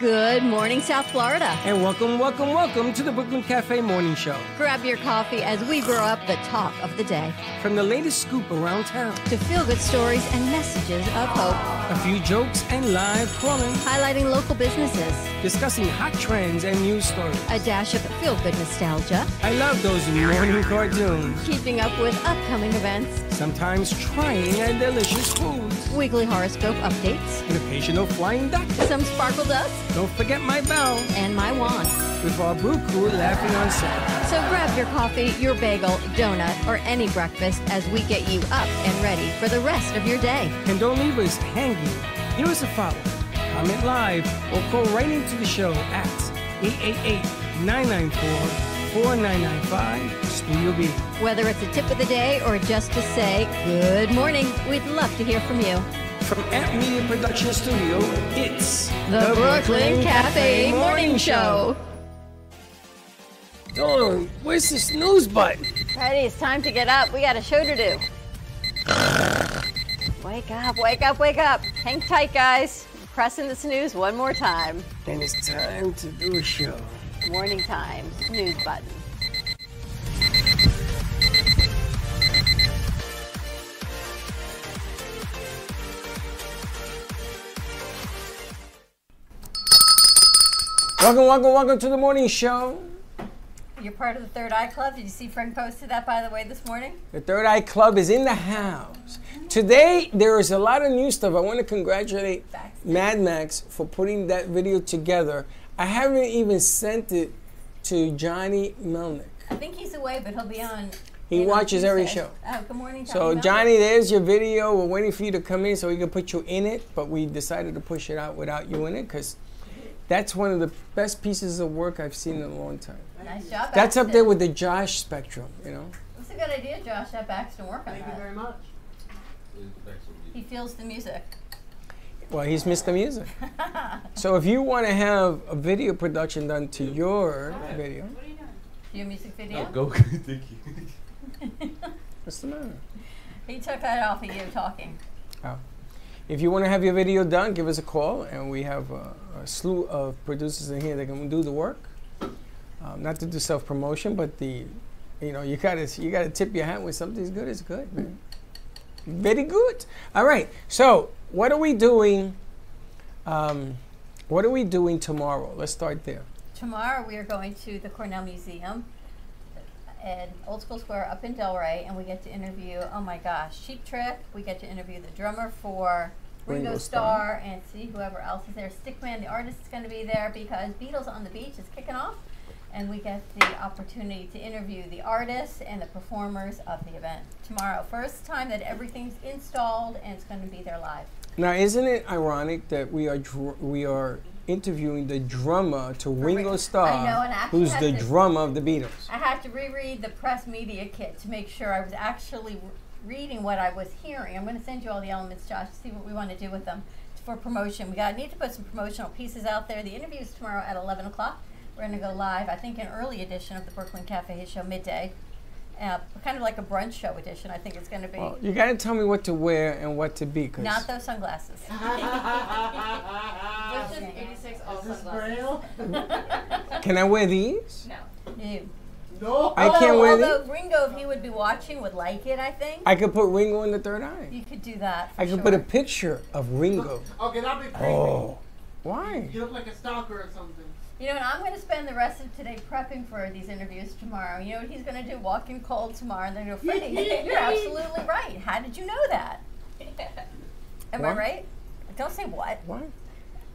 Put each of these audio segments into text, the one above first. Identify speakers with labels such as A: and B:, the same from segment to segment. A: Good morning, South Florida.
B: And welcome, welcome, welcome to the Brooklyn Cafe Morning Show.
A: Grab your coffee as we brew up the talk of the day
B: From the latest scoop around town,
A: to feel good stories and messages of hope,
B: a few jokes and live crawling,
A: highlighting local businesses,
B: discussing hot trends and news stories.
A: a dash of feel good nostalgia,
B: I love those morning cartoons.
A: keeping up with upcoming events,
B: Sometimes trying and delicious foods.
A: weekly horoscope updates,
B: And occasional flying duck.
A: some sparkle dust,
B: Don't forget my bell
A: and my wand.
B: with our brew crew laughing on set.
A: So grab your coffee, your bagel, donut, or any breakfast as we get you up and ready for the rest of your day.
B: And don't leave us hanging. Give us a follow, comment live, or call right into the show at 888-994-4995 Studio B.
A: Whether it's a tip of the day or just to say good morning, we'd love to hear from you.
B: From Ant Media Production Studio, it's
A: The, Brooklyn Cafe Morning Show.
B: Dolan, where's the snooze button?
A: Ready, it's time to get up. We got a show to do. wake up, wake up, wake up. Hang tight, guys. Pressing the snooze one more time.
B: And it's time to do a show.
A: Morning time, snooze button.
B: Welcome, welcome, welcome to the morning show.
A: You're part of the Third Eye Club. Did you see Frank posted that, by the way, this morning?
B: The Third Eye Club is in the house. Today, there is a lot of new stuff. I want to congratulate
A: Facts.
B: Mad Max for putting that video together. I haven't even sent it to Johnny Melnick.
A: I think he's away, but he'll be on.
B: He
A: in on
B: watches every
A: Tuesday.
B: show.
A: Oh, good morning, Johnny.
B: So
A: Mel.
B: Johnny, there's your video. We're waiting for you to come in so we can put you in it, but we decided to push it out without you in it because that's one of the best pieces of work I've seen in a long time.
A: Nice job.
B: That's up
A: Axton.
B: there with the Josh spectrum, you know.
A: That's a good idea, Josh. Have Baxton work on that.
C: very much.
A: He feels the music.
B: Well, he's missed the music. so if you want to have a video production done to your video,
A: Your music
B: Oh,
A: video?
D: Oh, go, thank you.
B: what's the matter?
A: He took that off of you talking.
B: Oh. If you want to have your video done, give us a call, and we have a, a slew of producers in here that can do the work. Um, not to do self promotion, but the, you know, you gotta you gotta tip your hat when something's good. It's good, man. Very good. All right. So what are we doing? Um, what are we doing tomorrow? Let's start there.
A: Tomorrow we are going to the Cornell Museum and Old School Square up in Delray, and we get to interview. Oh my gosh, Sheep Trick. We get to interview the drummer for Ringo,
B: Ringo
A: Starr
B: Starr.
A: and see whoever else is there. Stickman, the artist, is going to be there because Beatles on the Beach is kicking off, and we get the opportunity to interview the artists and the performers of the event tomorrow. First time that everything's installed, and it's going to be there live.
B: Now, isn't it ironic that we are dr- we are interviewing the drummer to Ringo
A: I
B: Starr,
A: know, and I actually
B: who's
A: had
B: the
A: to-
B: drummer of the Beatles?
A: I had to reread the press media kit to make sure I was actually re- reading what I was hearing. I'm going to send you all the elements, Josh, to see what we want to do with them for promotion. We got need to put some promotional pieces out there. The interview is tomorrow at 11 o'clock. We're going to go live, I think, an early edition of the Brooklyn Cafe Show midday, uh, kind of like a brunch show edition. I think it's going to be.
B: Well, you got to tell me what to wear and what to be, cause
A: Not those sunglasses.
C: What's
A: just
C: 86 all Is this braille?
B: can I wear these?
A: You.
C: No.
B: I can't wear
A: although
B: these.
A: Ringo, if he would be watching, would like it. I think
B: I could put Ringo in the third eye.
A: you could do that. For
B: I could
A: sure.
B: put a picture of Ringo.
C: Okay, that'd be creepy.
B: Oh, why?
C: You look like a stalker or something.
A: You know, and I'm going to spend the rest of today prepping for these interviews tomorrow. You know what he's going to do? Walk in cold tomorrow, and they're going to go, Freddie, you're absolutely right. How did you know that? Am I
B: What?
A: right? Don't say what.
B: Why?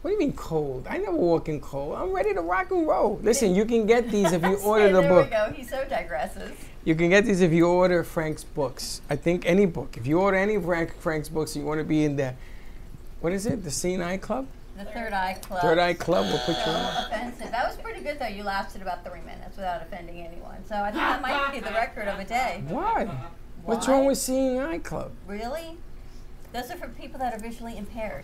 B: What do you mean cold? I never walk in cold. I'm ready to rock and roll. Listen, you can get these if you order
A: Okay,
B: the
A: there
B: book.
A: we go. He so digresses.
B: You can get these if you order Frank's books. I think any book. If you order any of Frank, Frank's books, you want to be in the, what is it? The CNI Club?
A: The Third Eye Club.
B: Third Eye Club will put you in.
A: So offensive. That was pretty good, though. You lasted about three minutes without offending anyone. So I think that might be the record of a day.
B: Why? What's
A: Why?
B: wrong with CNI Club?
A: Really? Those are for people that are visually impaired.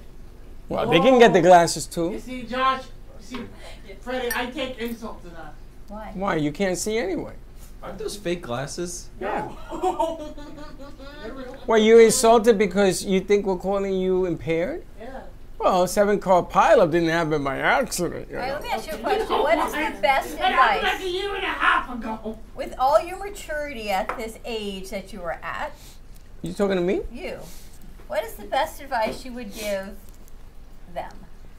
B: Well, they can get the glasses too.
C: You see, Josh, you see, Freddie, I take insult to that.
A: Why?
B: Why? You can't see anyway.
D: Aren't those fake glasses?
B: Yeah.
C: They're real.
B: Well, you insulted because you think we're calling you impaired?
C: Yeah.
B: Well, Well, seven car pileup didn't happen by accident. You
A: All right, let
B: know.
A: me ask you a question. What is the best
C: That happened like a
A: advice
C: year and a half ago.
A: with all your maturity at this age that you were at?
B: You talking to me?
A: You, what is the best advice you would give them,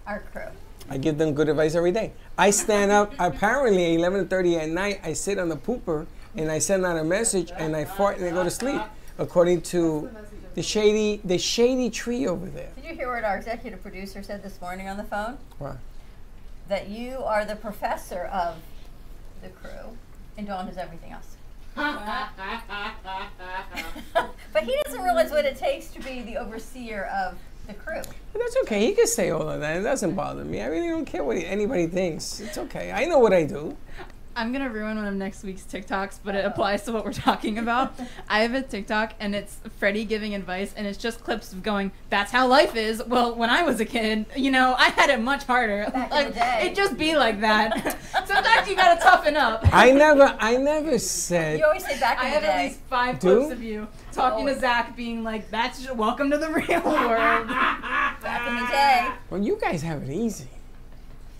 A: our crew?
B: I give them good advice every day. I stand up apparently at 11:30 at night. I sit on the pooper and I send out a message and I fart and I go to sleep. According to the shady, the shady tree over there.
A: Did you hear what our executive producer said this morning on the phone?
B: What?
A: That you are the professor of the crew, and Dawn is everything else. but he doesn't realize what it takes to be the overseer of the crew.
B: But that's okay. He can say all of that. It doesn't bother me. I really don't care what anybody thinks. It's okay. I know what I do.
E: I'm gonna ruin one of next week's TikToks, but it applies to what we're talking about. I have a TikTok and it's Freddie giving advice, and it's just clips of going, "That's how life is." Well, when I was a kid, you know, I had it much harder.
A: Back in
E: like
A: the day.
E: it just be like that. Sometimes you gotta toughen up.
B: I never, I never said.
A: You always say back
E: I
A: in the
E: have
A: day.
E: at least five
B: Do?
E: clips of you talking
A: Always.
E: to Zach, being like, "That's ju- welcome to the real world."
A: back in the day.
B: Well, you guys have it easy.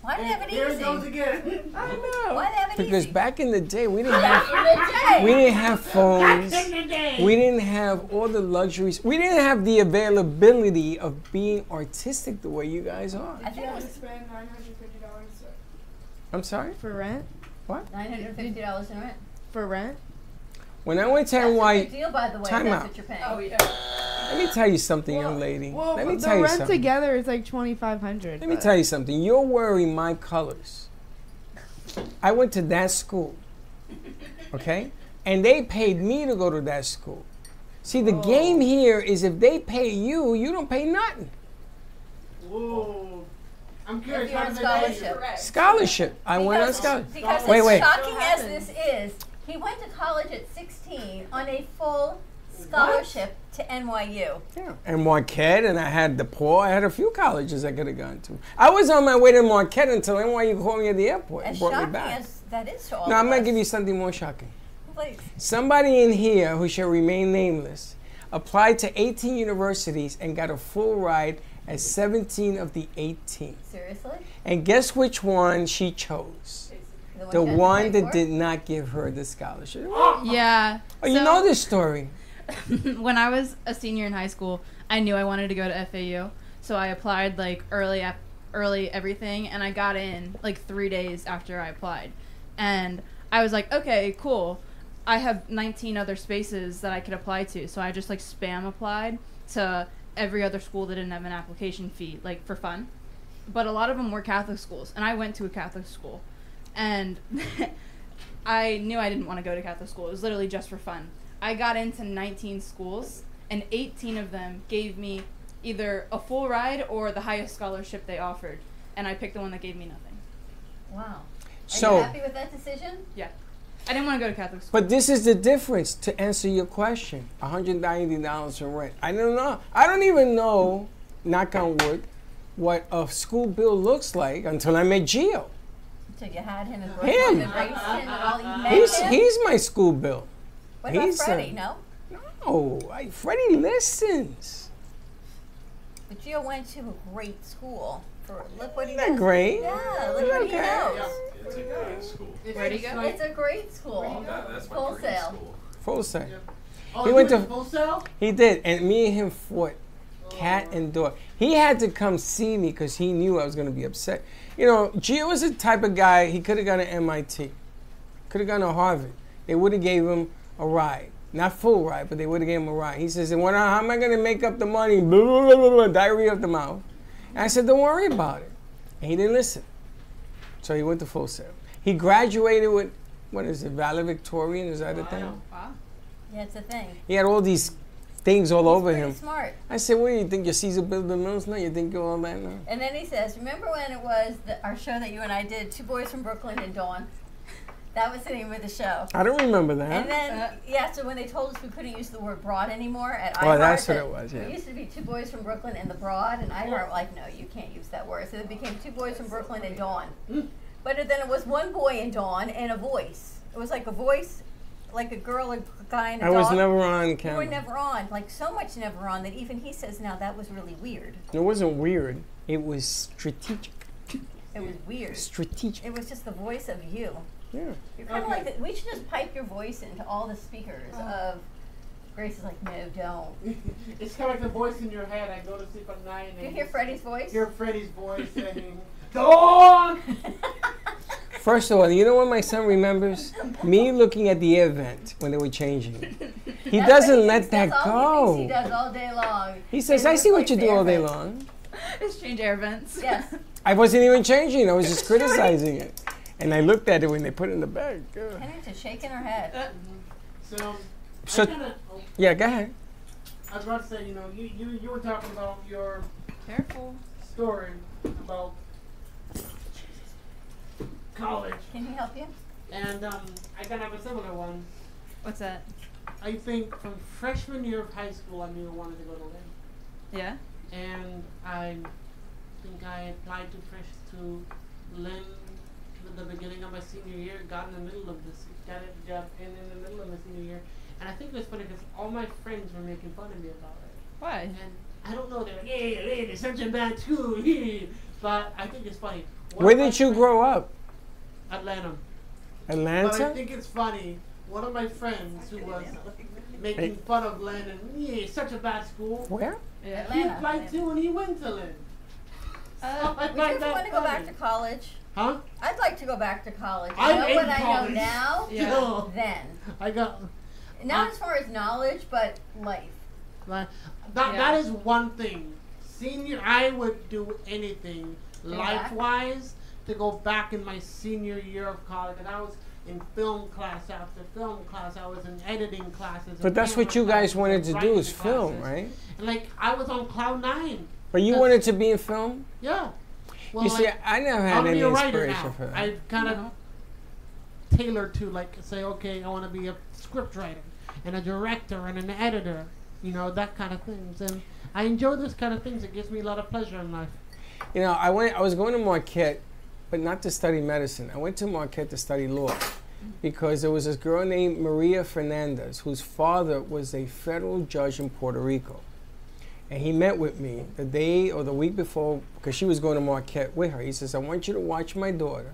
A: Why do they have it
C: Here it goes
A: easy?
C: again.
B: I know.
A: Why do they have it
B: Because
A: easy?
B: back in the day, we didn't have,
A: back in
B: we
A: the day.
B: didn't have phones.
C: Back in the day.
B: We didn't have all the luxuries. We didn't have the availability of being artistic the way you guys are.
A: I think it was
F: spend nine hundred fifty dollars.
B: I'm sorry.
F: For rent?
A: nine hundred fifty dollars in rent.
F: For rent?
B: When I went to
A: That's a good
B: NY,
A: deal, by the way. if
B: Time
A: that's
B: out.
A: what you're paying.
F: Oh,
B: let me tell you something, young lady.
F: Well,
B: let me
F: the
B: tell you
F: rent
B: something.
F: together is like twenty five hundred.
B: Let me tell you something. You're wearing my colors. I went to that school, okay? And they paid me to go to that school. See,
A: Oh.
B: the game here is if they pay you, you don't pay nothing.
C: Whoa. I'm
A: If
C: curious.
A: you're
C: How
A: on
C: did that end?
A: scholarship.
B: Scholarship. I went on
A: Because-
B: scholarship.
A: Because
B: Wait,
A: as
B: wait.
A: shocking
F: Still
A: as
F: happens.
A: this is, he went to college at 16 on a full scholarship to NYU.
B: Yeah. And Marquette, and I had DePaul. I had a few colleges I could have gone to. I was on my way to Marquette until NYU called me at the airport and
A: As
B: brought me
A: shocking
B: back.
A: as that is to all
B: Now,
A: of
B: I'm going
A: us.
B: to give you something more shocking.
A: Please.
B: Somebody in here who shall remain nameless applied to 18 universities and got a full ride at 17 of the 18.
A: Seriously?
B: And guess which one she chose? The
A: you had to pay
B: one that
A: for?
B: did not give her the scholarship.
E: yeah.
B: Oh, you
E: So-
B: know this story.
E: when I was a senior in high school, I knew I wanted to go to FAU, so I applied like early, ap- early everything, and I got in like three days after I applied, and I was like, okay, cool. I have 19 other spaces that I could apply to, so I just like spam applied to every other school that didn't have an application fee, like for fun. But a lot of them were Catholic schools, and I went to a Catholic school, and I knew I didn't want to go to Catholic school. It was literally just for fun. I got into 19 schools, and 18 of them gave me either a full ride or the highest scholarship they offered, and I picked the one that gave me nothing.
A: Wow. Are you
B: So,
A: happy with that decision?
E: Yeah, I didn't want to go to Catholic school.
B: but this is the difference to answer your question $190 for rent. I don't know. I don't even know, knock on wood, what a school bill looks like until I met Gio.
A: So you had him and brought
B: Him.
A: him and raised him and all you met
B: He's,
A: him?
B: he's my school bill.
A: What about
B: he's, uh,
A: Freddie? No?
B: No, I, Freddie listens.
A: But Gio went to a great school. For, look what he
B: Isn't that
A: knows.
B: great?
A: Yeah, look what he
B: Okay.
A: knows.
D: It's a great school.
E: Where'd he go?
A: It's a great school.
D: That, that's my
A: Full
D: dream
A: sail.
D: school.
B: Full set.
C: Oh,
B: He
C: you
B: went to-
C: full cell?
B: He did, and me and him fought, cat and dog. He had to come see me because he knew I was going to be upset. You know, Gio was the type of guy he could have gone to MIT, could have gone to Harvard. They would have gave him a ride, not full ride, but they would have gave him a ride. He says, "And when I, how am I going to make up the money?" Blah, blah, blah, blah, blah, diarrhea of the mouth. And I said, "Don't worry about it." And he didn't listen, so he went to full sail. He graduated with what is it, valedictorian? Is that a thing?
E: Wow.
A: Yeah, it's a thing.
B: He had all these things all over
A: Pretty
B: him.
A: smart.
B: I said, what do you think? Your Caesar built the mills? No, you think you're all that now?
A: And then he says, "Remember when it was the, our show that you and I did, Two Boys from Brooklyn and Dawn? That was the name of the show."
B: I don't remember that.
A: And then yeah, so when they told us we couldn't use the word broad anymore at
B: Oh,
A: iHeart,
B: that's what
A: that
B: it was, yeah.
A: It used to be Two Boys from Brooklyn and the Broad, and iHeart were like, "No, you can't use that word." So it became Two Boys from Brooklyn and Dawn. But then it was one boy and Dawn and a voice. It was like a voice, like a girl, a guy, and a
B: I was
A: dog.
B: never on
A: We were
B: camera.
A: never on, like so much never on that even he says now that was really weird.
B: it wasn't weird. It was strategic.
A: It was weird.
B: Strategic.
A: It was just the voice of you.
B: Yeah.
A: You're kind of
C: Okay.
A: like the, we should just pipe your voice into all the speakers of. Grace is like, no, don't.
C: Uh-huh. it's kind of like the voice in your head. I go to sleep at night. And
A: Do you hear Freddie's voice?
C: Hear Freddie's voice saying, "Dog."
B: First of all, you know what my son remembers? Me looking at the air vent when they were changing. it. He
A: That's what
B: doesn't
A: thinks.
B: let that
A: That's all He,
B: go.
A: thinks he does all day long.
B: He says,
A: It
B: I
A: looks
B: see
A: like
B: what you do all day
A: favorite.
B: long.
E: Just change air vents.
A: Yes.
B: I wasn't even changing. I was just criticizing it. And I looked at it when they put it in the bag.
A: Uh,
B: Ugh.
A: Henry's just shaking her head.
C: So, I
B: So-
C: kind of. Oh,
B: Yeah, go ahead.
C: I was about to say, you know, you, you you were talking about your
E: Careful.
C: story about college,
A: Can he help you?
C: and um, I kind of have a similar one.
E: What's that?
C: I think from freshman year of high school, I knew I wanted to go to Lynn.
E: Yeah.
C: and I think I applied to fresh to Lynn at the beginning of my senior year, got in the middle of this, got a job in, in the middle of my senior year. And I think it was funny because all my friends were making fun of me about it.
E: Why?
C: And I don't know, they're like, hey, Lynn is such a bad school. but I think it's funny. One
B: Where
C: of my
B: did you
C: friends-
B: grow up?
C: Atlanta. But I
B: Atlanta?
C: think it's funny. One of my friends who was making fun of Lynn and, yeah, it's such a bad school.
B: Where?
E: Yeah.
C: He
A: Atlanta,
C: applied
A: Atlanta.
C: to and he went to Lynn.
E: Uh,
C: I
A: Would you
C: find
A: ever
C: that
A: want to go back to
C: funny.
A: college?
C: Huh?
A: I'd like to go back to college. I
C: I'm
A: know
C: in
A: what I know
C: college.
A: now.
E: Yeah.
C: No.
A: Then,
C: I got
A: not
C: Uh,
A: as far as knowledge, but life.
C: like that.
E: Yeah.
C: That is one thing. Senior, I would do anything
A: Yeah.
C: life wise to go back in my senior year of college. And I was in film class after film class. I was in editing classes.
B: But
C: and
B: that's what
C: camera
B: you guys
C: classes
B: wanted
C: and
B: to do
C: writing
B: is film,
C: classes.
B: right?
C: And, like I was on cloud nine.
B: But you
C: Yes.
B: wanted to be in film?
C: Yeah. Well,
B: You see,
C: like,
B: I never
C: I'll
B: had
C: be
B: any
C: a writer
B: inspiration
C: now.
B: for that.
C: I've kind of tailored to like say, okay, I want to be a script writer and a director and an editor, you know, that kind of things. And I enjoy those kind of things. It gives me a lot of pleasure in life.
B: You know, I went. I was going to Marquette, but not to study medicine. I went to Marquette to study law, because there was this girl named Maria Fernandez whose father was a federal judge in Puerto Rico, and he met with me the day or the week before because she was going to Marquette with her. He says, "I want you to watch my daughter,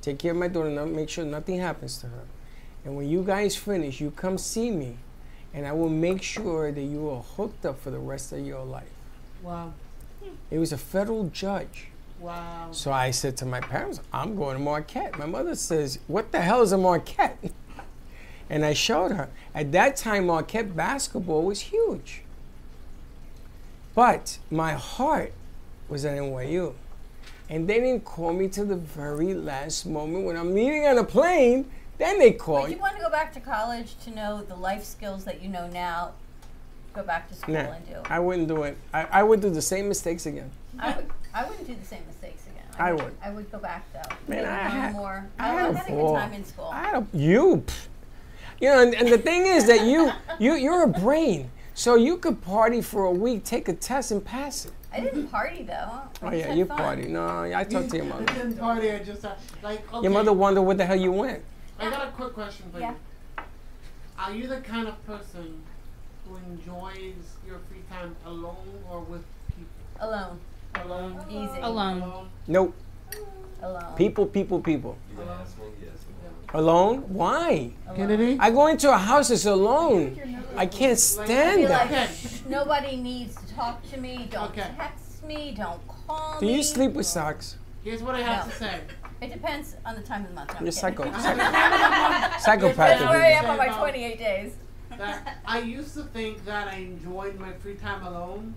B: take care of my daughter, and make sure nothing happens to her, and when you guys finish, you come see me, and I will make sure that you are hooked up for the rest of your life."
C: Wow.
B: It was a federal judge.
C: Wow.
B: So I said to my parents, I'm going to Marquette. My mother says, What the hell is a Marquette? And I showed her. At that time, Marquette basketball was huge. But my heart was at NYU. And they didn't call me to the very last moment when I'm leaving on a plane. Then they call
A: Would you want to go back to college to know the life skills that you know now? Go back to school
B: Nah,
A: and do. it.
B: I wouldn't do it. I, I would do the same mistakes again.
A: I would. I wouldn't do the same mistakes again.
B: I
A: would.
B: would.
A: I would go back though.
B: Man,
A: Maybe
B: I
A: learn
B: had-
A: more.
B: I
A: I,
B: had a
A: had a
B: ball.
A: good time in school.
B: I don't. You, pff. you know, and, and the thing is that you, you, you're a brain, so you could party for a week, take a test, and pass it.
A: I didn't party though. I
B: Oh
A: just
B: yeah,
A: had
B: you
A: fun.
B: party. No, I talked to your
C: I
B: mother.
C: didn't party. I just uh, like okay.
B: Your mother wondered where the hell you went.
C: I got a quick question for
A: Yeah.
C: you. Are you the kind of person who enjoys your free time alone or with people?
A: Alone.
C: Alone.
A: Easy.
E: Alone.
C: Alone.
B: Nope.
A: Alone.
B: People, people, people.
D: He's an asshole. Yes.
B: Alone? Why?
A: Alone.
C: Kennedy.
B: I go into a house that's alone. I can't stand
A: Be
B: it.
A: like,
C: Okay.
A: "Shh, nobody needs to talk to me. Don't
C: Okay.
A: text me. Don't call
B: Do
A: me.
B: you sleep with socks?
C: Here's what I have
A: No.
C: to say.
A: It depends on the time of the month. I'm kidding.
B: You're psycho.
A: That's where I
B: Psychopath.
A: am on my
C: Say about-
A: 28 days.
C: that I used to think that I enjoyed my free time alone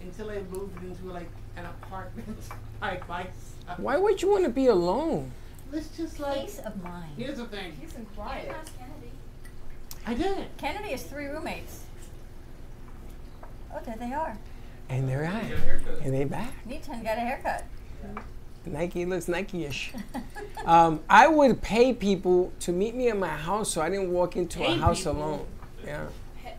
C: until I moved into like an apartment by myself.
B: Why would you want to be alone?
C: It's just like
A: Peace of mind.
C: here's the thing.
F: quiet.
C: I did.
A: Kennedy has three roommates. Oh, there they are.
B: And they're out.
D: Your haircut.
B: And they back.
A: Neaton got a haircut.
B: Nike looks Nike-ish. um, I would pay people to meet me at my house, so I didn't walk into a
C: Pay
B: house
C: people?
B: alone. Yeah,
C: it.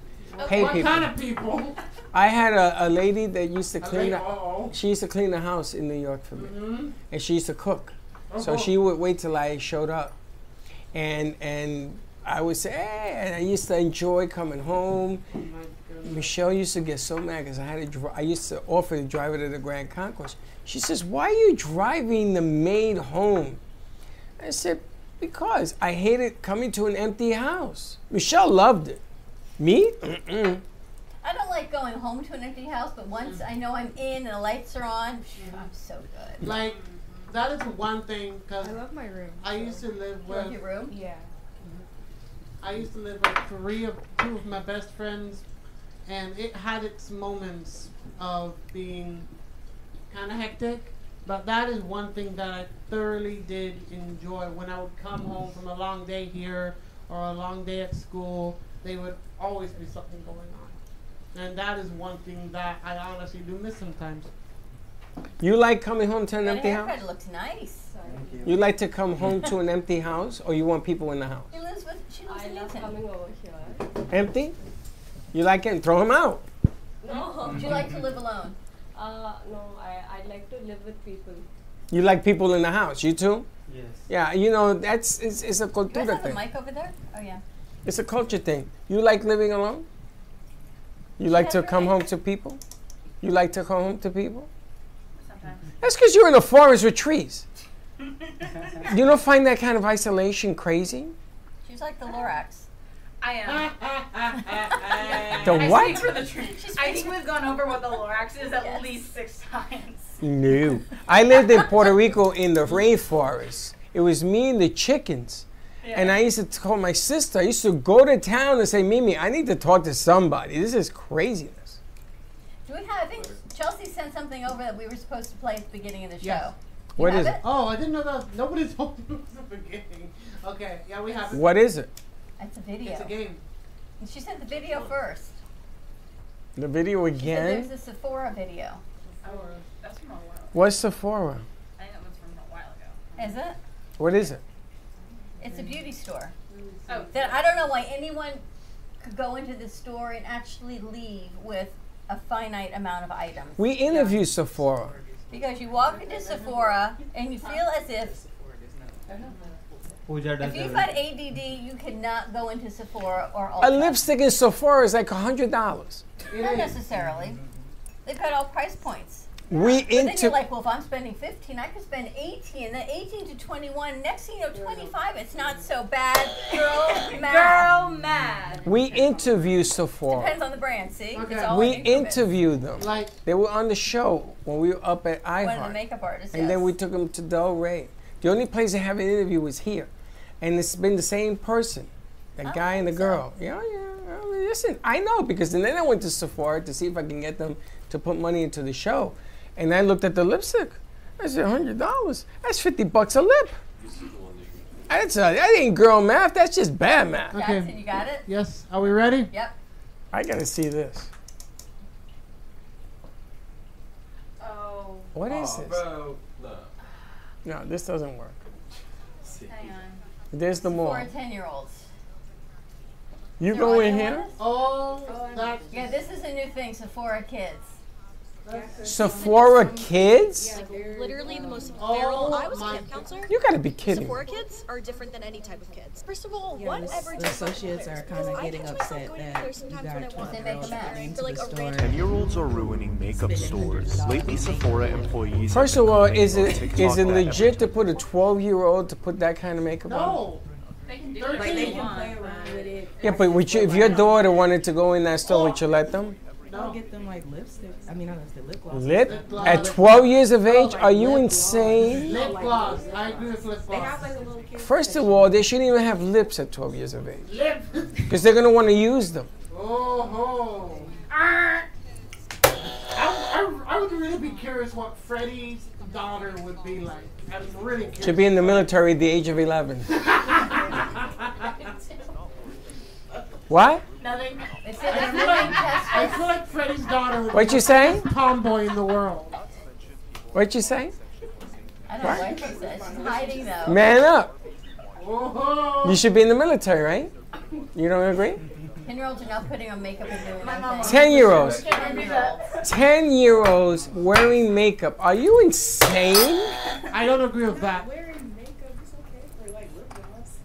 B: pay
C: what
B: people.
C: kind of people?
B: I had a, a lady that used to
C: I was
B: clean.
C: like,
B: the-
C: oh.
B: she used to clean the house in New York for me,
C: Mm-hmm.
B: and she used to cook.
C: Oh,
B: So she would wait till I showed up, and and I would say, hey, and I used to enjoy coming home.
C: Oh my
B: Michelle used to get so mad because I had to. Dri- I used to offer to drive her to the Grand Concourse. She says, "Why are you driving the maid home?" I said, "Because I hated coming to an empty house." Michelle loved it. Me? Mm-mm.
A: I don't like going home to an empty house, but once I know I'm in and the lights are on, phew, I'm so good.
C: Like, that is one thing because
F: I love my room.
C: I used to live
A: Love your
C: with
A: room.
F: Yeah.
C: I used to live with three of two of my best friends, and it had its moments of being kind of hectic. But that is one thing that I thoroughly did enjoy. When I would come home from a long day here or a long day at school, there would always be something going on, and that is one thing that I honestly do miss sometimes.
B: You like coming home to an
A: That
B: empty
A: haircut
B: house?
A: looks nice.
B: You like to come home to an empty house, or you want people in the house
A: She lives with. She lives
G: I
A: in
G: love
A: Newton.
G: coming over here.
B: empty? You like it? Throw them out.
A: No. Do you like to live alone?
G: Uh, no, I, I like to live with people.
B: You like people in the house. You too?
D: Yes.
B: Yeah. You know that's it's, it's a
A: Do you
B: culture
A: guys have
B: thing.
A: a mic over there? Oh yeah.
B: It's a culture thing. You like living alone? You like to
A: That's
B: come
A: right.
B: home to people? You like to come home to people?
E: Sometimes.
B: That's because you're in a forest with trees. you don't find that kind of isolation crazy?
A: She's like the Lorax.
H: I am.
B: The
H: I
B: what?
H: Speak for the truth.
A: She's
H: I think we've gone over what the Lorax is at
A: Yes.
H: least six times.
B: No. I lived in Puerto Rico in the rainforest. It was me and the chickens. And I used to call my sister, I used to go to town and say, Mimi, I need to talk to somebody. This is craziness.
A: Do we have? I think Chelsea sent something over that we were supposed to play at the beginning of the show.
C: Yes.
A: You
B: What
A: have
B: is
A: it?
B: it?
C: Oh, I didn't know that. Nobody's home from the beginning. Okay, yeah, we have it.
B: What is it?
A: It's a video.
C: It's a game.
A: And she sent the video first.
B: The video
A: She said
B: again?
A: There's a Sephora video.
C: Or-
H: That's from a while.
B: What's Sephora?
H: I think that was from a while ago.
A: Is it?
B: What is it?
A: It's a beauty store.
H: Oh,
A: That I don't know why anyone could go into this store and actually leave with a finite amount of items.
B: We interview Sephora.
A: Because you walk into Sephora and you feel as if
D: Pooja does
A: if you've got
D: everything.
A: ADD, you cannot go into Sephora or Ulta.
B: A lipstick in Sephora is like hundred dollars.
A: Not necessarily. They've got all price points.
B: We
A: But then
B: into
A: you're like, well, if I'm spending 15, I could spend 18, then 18 to 21. Next thing you know, 25. It's not so bad. Girl, math.
H: girl mad.
B: we interview Sephora.
A: Depends on the brand. See,
C: Okay.
A: it's all
B: We
A: in increments.
B: interviewed them.
C: Like,
B: They were on the show when we were up at
A: one of the
B: iHeart,
A: makeup artists.
B: and
A: yes.
B: then we took them to Del Rey. The only place they have an interview was here, and it's been the same person, the
A: don't
B: guy and the
A: think Oh, so.
B: girl. Yeah, yeah. I mean, listen, I know because and then I went to Sephora to see if I can get them to put money into the show, and I looked at the lipstick. I said hundred dollars. That's fifty bucks a lip. That's a, that ain't girl math. That's just bad math.
C: Okay.
A: Jackson, you got it.
C: yes, are we ready?
A: Yep.
B: I gotta see this.
H: Oh,
B: What is this?
D: Bro,
B: No, this doesn't work.
H: hang on.
B: There's the mall.
A: For ten-year-olds.
B: You go in here.
C: Oh, that's
A: Yeah, this is a new thing. Sephora kids.
B: Sephora kids.
I: literally the most
C: Oh
I: feral. I was a
C: my
I: camp counselor.
B: You gotta be kidding. me.
I: Sephora kids are different than any type of kids. First of all, whatever
J: the associates are kinda getting upset that you guys
I: want
J: took
A: They make a mess.
I: for like a random
K: 10 year olds are ruining makeup stores. Lately, Sephora employees.
B: First of all, is it is
K: TikTok
B: it
K: lab every
B: legit to put a 12 year old to put that kind of makeup on?
C: no.
H: They can do
C: Thirteen.
H: what they
C: They can
H: want.
B: Yeah, but would you, if your daughter wanted to go in that store, would you let them?
J: I'll get them like lipstick. I mean, not lipstick, lip gloss.
B: Lip at 12 years of age? Are you insane?
C: Lip gloss. I agree with lip gloss.
B: First of all, they shouldn't even have lips at 12 years of age
C: lip.
B: because they're gonna want to use them.
C: oh ho. I, I, I would really be curious what Freddie's daughter would be like. I'm really curious.
B: Should be in the military at the age of 11. What?
H: Nothing.
A: They say they're moving test
C: I feel like Freddie's daughter would
B: What
C: be
B: you saying?
C: the tomboy in the world.
B: What you saying?
A: I don't know what she says. She's hiding though.
B: Man up.
C: Oh ho.
B: You should be in the military, right? You don't agree?
A: Ten-year-olds are now putting on makeup and doing
H: mama-
A: everything.
B: 10 year olds.
A: Ten-year-olds.
B: 10 year olds wearing makeup. Are you insane?
C: I don't agree with that.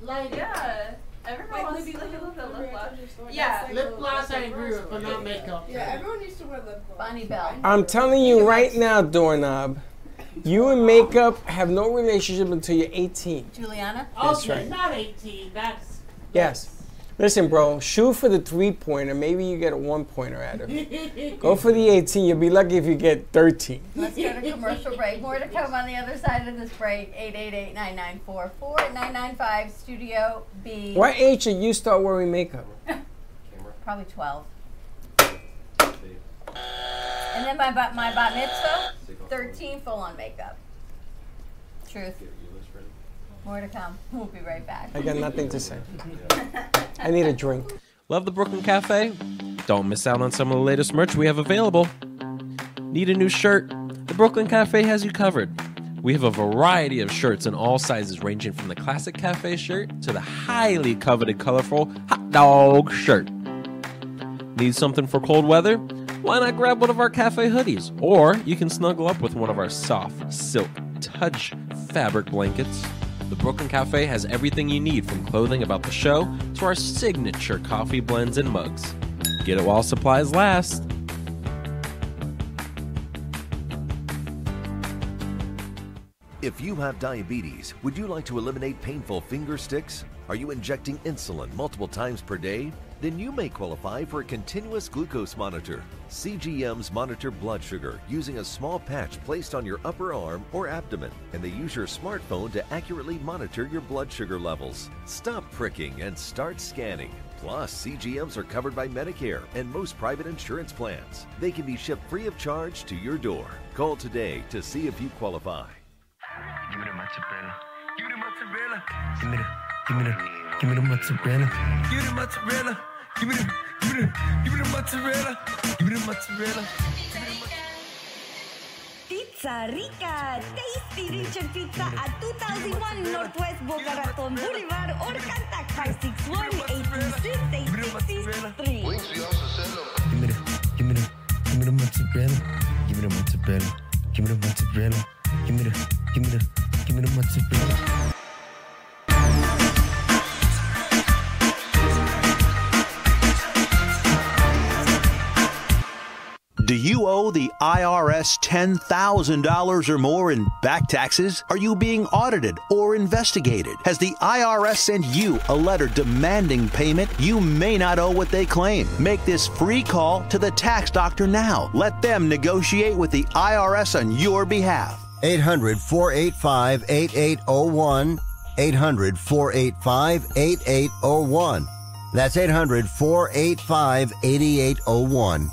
H: Like, yeah. Everyone
F: Like
H: wants
F: lip
H: to look
F: gloss,
H: at the lip
F: remember I
H: gloss.
F: told you a story?
H: Yeah.
F: That's like
C: Lip
F: a-
C: gloss,
F: that's
C: I
F: a
C: agree
F: girl
C: with, but
F: story.
C: not makeup.
F: Yeah, everyone needs to wear lip gloss.
A: Bonnie Bell.
B: I'm telling you right now, doorknob, you and makeup have no relationship until you're 18.
A: Juliana?
B: That's
C: okay,
B: right.
C: not 18. That's.
B: Yes. Listen, bro, shoot for the three pointer. Maybe you get a one pointer out of it. Go
C: Go
B: for the 18. You'll be lucky if you get 13.
A: Let's go to commercial break. More to come on the other side of this break. 888-994-4995 Studio B.
B: What age should you start wearing makeup?
A: Probably 12. And then my bat, my bat mitzvah, 13 full on makeup. Truth. More to come. We'll be right back.
B: I got nothing to say. I need a drink.
D: Love the Brooklyn Cafe? Don't miss out on some of the latest merch we have available. Need a new shirt? The Brooklyn Cafe has you covered. We have a variety of shirts in all sizes, ranging from the classic cafe shirt to the highly coveted colorful hot dog shirt. Need something for cold weather? Why not grab one of our cafe hoodies? Or you can snuggle up with one of our soft, silk, touch fabric blankets. The Brooklyn Cafe has everything you need from clothing about the show to our signature coffee blends and mugs. Get it while supplies last.
L: If you have diabetes, would you like to eliminate painful finger sticks? Are you injecting insulin multiple times per day? Then you may qualify for a continuous glucose monitor. CGMs monitor blood sugar using a small patch placed on your upper arm or abdomen, and they use your smartphone to accurately monitor your blood sugar levels. Stop pricking and start scanning. Plus, CGMs are covered by Medicare and most private insurance plans. They can be shipped free of charge to your door. Call today to see if you qualify.
K: Give me the mozzarella. Give me the mozzarella. Give me the, give me the, give me the mozzarella. Give me the mozzarella. Give me the, give me the, give me the mozzarella. Give me the mozzarella.
M: Pizza Rica, tasty rich and pizza at 2001 Northwest Boca Raton Boulevard or contact 561
K: Give me the, give me the, give me the mozzarella. Give me the mozzarella. Give me the mozzarella. Give me the, give me the, give me the mozzarella.
N: Do you owe the IRS $10,000 or more in back taxes? Are you being audited or investigated? Has the IRS sent you a letter demanding payment? You may not owe what they claim. Make this free call to the tax doctor now. Let them negotiate with the IRS on your behalf.
O: 800 485 8801. 800 485 8801. That's 800 485 8801.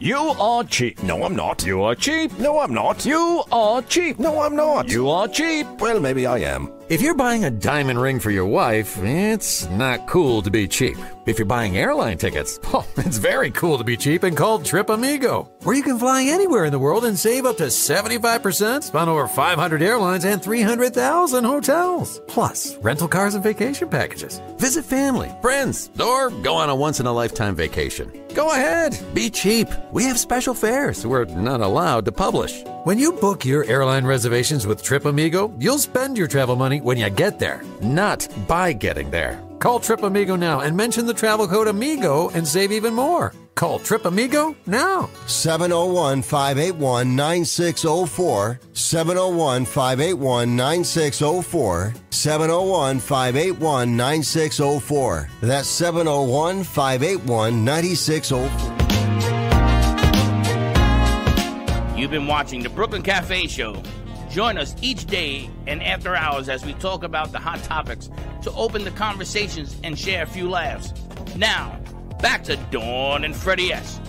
P: You are cheap. No, I'm not. You are cheap. No, I'm not. You are cheap. No, I'm not. You are cheap. Well, maybe I am. If you're buying a diamond ring for your wife, it's not cool to be cheap. If you're buying airline tickets, oh, it's very cool to be cheap and called Trip Amigo, where you can fly anywhere in the world and save up to 75% on over 500 airlines and 300,000 hotels. Plus, rental cars and vacation packages. Visit family, friends, or go on a once in a lifetime vacation. Go ahead, be cheap. We have special fares we're not allowed to publish. When you book your airline reservations with TripAmigo, you'll spend your travel money when you get there, not by getting there. Call TripAmigo now and mention the travel code AMIGO and save even more. Call TripAmigo now.
O: 701 581 9604. 701 581 9604. 701 581 9604. That's 701 581 9604.
Q: You've been watching the Brooklyn Cafe Show. Join us each day and after hours as we talk about the hot topics to open the conversations and share a few laughs. Now, back to Dawn and Freddie S.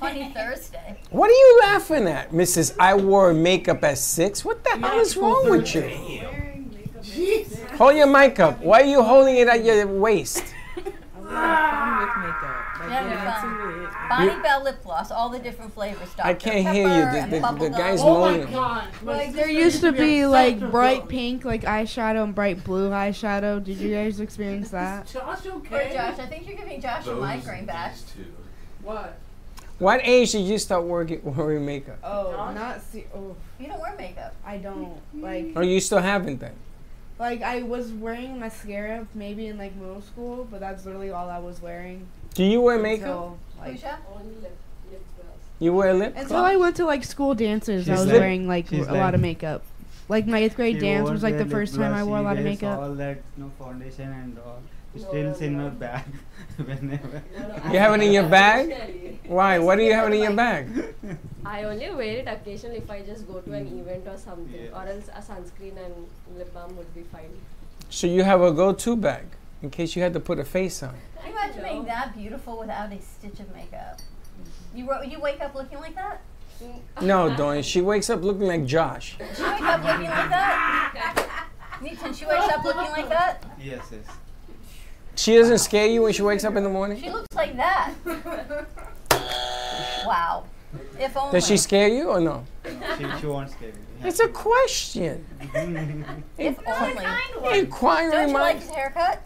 A: Funny Thursday.
B: What are you laughing at, Mrs. I wore makeup at six? What the hell is wrong with you? Hold your mic up. Why are you holding it at your waist?
A: Yeah,
J: into
A: fun.
J: it.
A: Bonnie
B: You-
A: Bell lip gloss, all the different flavors. Dr.
B: I can't hear
A: Pepper
B: you.
A: and
B: The, the, the
A: Bubble
B: guy's
F: Oh
A: Gum.
B: moaning.
F: Like there used to be like bright pink like eyeshadow and bright blue eyeshadow. Did you guys experience that?
C: Josh, okay.
A: Or Josh, I think you're giving Josh a
C: Those
A: migraine back.
C: What?
B: What age did you start working, wearing makeup?
F: Oh, not see. Oh,
A: you don't wear makeup.
F: I don't like.
B: Or Oh, you still haven't then?
F: Like I was wearing mascara maybe in like middle school, but that's literally all I was wearing.
B: Do you wear makeup?
F: until, like,
B: You wear lip
F: until
B: gloss?
F: I went to like school dances,
B: She's
F: I was
B: like-
F: wearing like
B: she's
F: a lot of
B: like-
F: makeup. Like my eighth grade
R: She
F: dance
R: wore
F: was like the
R: lip
F: first time I
R: gloss,
F: wore a lot of
R: erase
F: makeup.
R: All that no foundation and all stills in my bag. Whenever
B: You have it in your bag? Why? What do you have it in your bag?
G: I only wear it occasionally if I just go to an
R: Mm-hmm.
G: event or something, or else a sunscreen and lip balm would be fine.
B: So you have a go-to bag in case you had to put a face on.
A: Can you imagine being that beautiful without a stitch of makeup? You wo- you wake up looking like that?
B: No, Dawn, she wakes up looking like Josh.
A: She wake up looking like that? Newton, she wakes up looking like that?
R: yes, yes.
B: She doesn't scare you when she wakes up in the morning?
A: She looks like that. wow. If only.
B: Does she scare you or no?
R: She, she won't scare
B: It's a question.
R: me.
A: If only.
B: Inquiry
A: Don't you like
B: minds-
A: his haircut?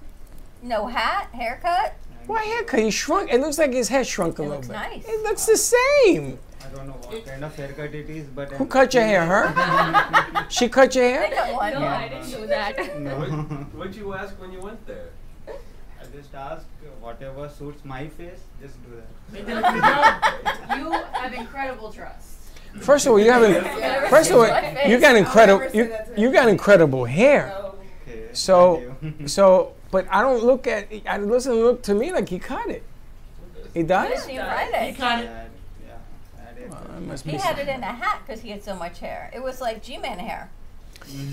A: No hat, haircut.
B: Why haircut? He shrunk. It looks like his head shrunk a little
A: Looks
B: bit.
A: nice.
B: It looks the same.
R: I don't know what kind of haircut it is, but
B: Who cut your hair? Her? she cut your hair?
G: No, I didn't do that.
R: What would you ask when you went there? I just asked uh, whatever suits my face, just do that.
H: you have incredible trust.
B: First of all, you have
H: Yeah.
B: an, first of all,
H: Yeah.
B: you got
H: I'll
B: incredible
H: never say
B: you,
H: that to
B: you got incredible hair. So so but I don't look at I it doesn't look to me like he cut it. He does?
A: He Friday.
B: Well, I must
A: He
B: be
A: had it in a hat because he had so much hair. It was like G-Man hair.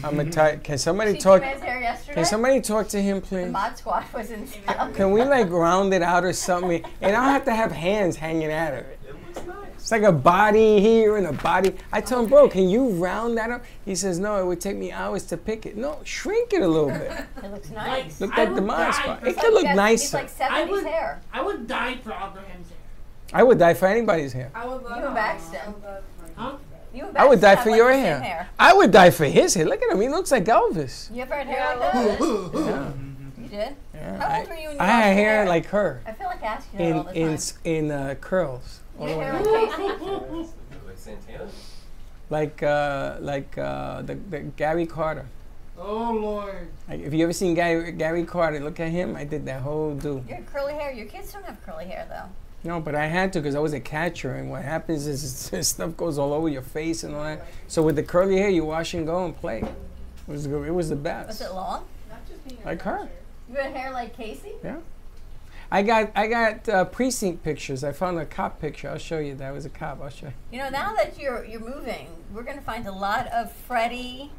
B: I'm a tight. Can somebody
A: See
B: talk?
A: G-Man's hair yesterday.
B: Can somebody talk to him,
A: The
B: please?
A: mod squad was in town.
B: Can we like round it out or something? And I don't have to have hands hanging at her. It's like a body here and a body. I told him, bro, can you round that up? He says, no, it would take me hours to pick it. No, shrink it a little bit.
A: It looks nice.
B: Look
C: I
B: at the
C: would
B: mod
C: die
B: spot.
C: for
B: It
C: some-
B: could look
C: Yes, he's
B: nicer.
A: like
C: I
A: 70s
C: would,
A: hair.
C: I would die for Abraham's hair.
B: I would die for anybody's hair.
C: I would
A: You and Baxton.
C: Huh?
A: You and Baxton
B: I would die
A: have,
B: for
A: like,
B: your
A: the same
B: hair. I would die for his hair. Look at him. He looks like Elvis.
A: You ever had hair like that?
B: Yeah.
A: You did?
B: Yeah.
A: How
B: I,
A: old were you when you
B: I had
A: lost your
B: hair, like her.
A: I feel like asking you that
B: In
A: all the
B: in
A: time.
B: s- in uh, curls. all the way
A: Your
B: up.
A: hair on Casey?
B: Like uh, like uh, the, the Gary Carter.
C: Oh Lord.
B: Like, if you ever seen Gary, Gary Carter, look at him. I did that whole do.
A: You had curly hair. Your kids don't have curly hair though.
B: No, but I had to because I was a catcher, and what happens is this stuff goes all over your face and all that. So with the curly hair, you wash and go and play. It was the- it was the
A: Was
B: best.
A: it long?
B: Like her.
A: You had hair like Casey?
B: Yeah. I got I got uh, precinct pictures. I found a cop picture. I'll show you. That was a cop. I'll show you.
A: You know, now that you're you're moving, we're going to find a lot of Freddie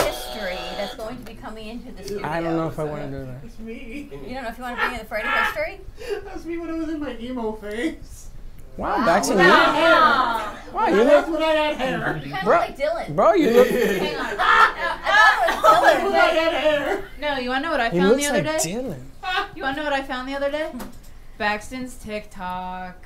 A: history that's going to be coming into the studio.
B: I don't know if I want to do that.
C: It's me.
A: You don't know if you want to bring in the Freddie history?
C: That's me when I was in my emo phase.
B: Wow, that's a
C: When I had
B: new-
C: hair. When I-
B: Wow, you look-
C: That's when I had hair.
B: Kinda Bro- like Dylan. bro, you look- Hang
E: on.
A: Dylan.
E: No, you want to know what I
B: He
E: found the
B: looks
E: other
B: like
E: day? You want to know what I found the other day? Baxton's TikTok.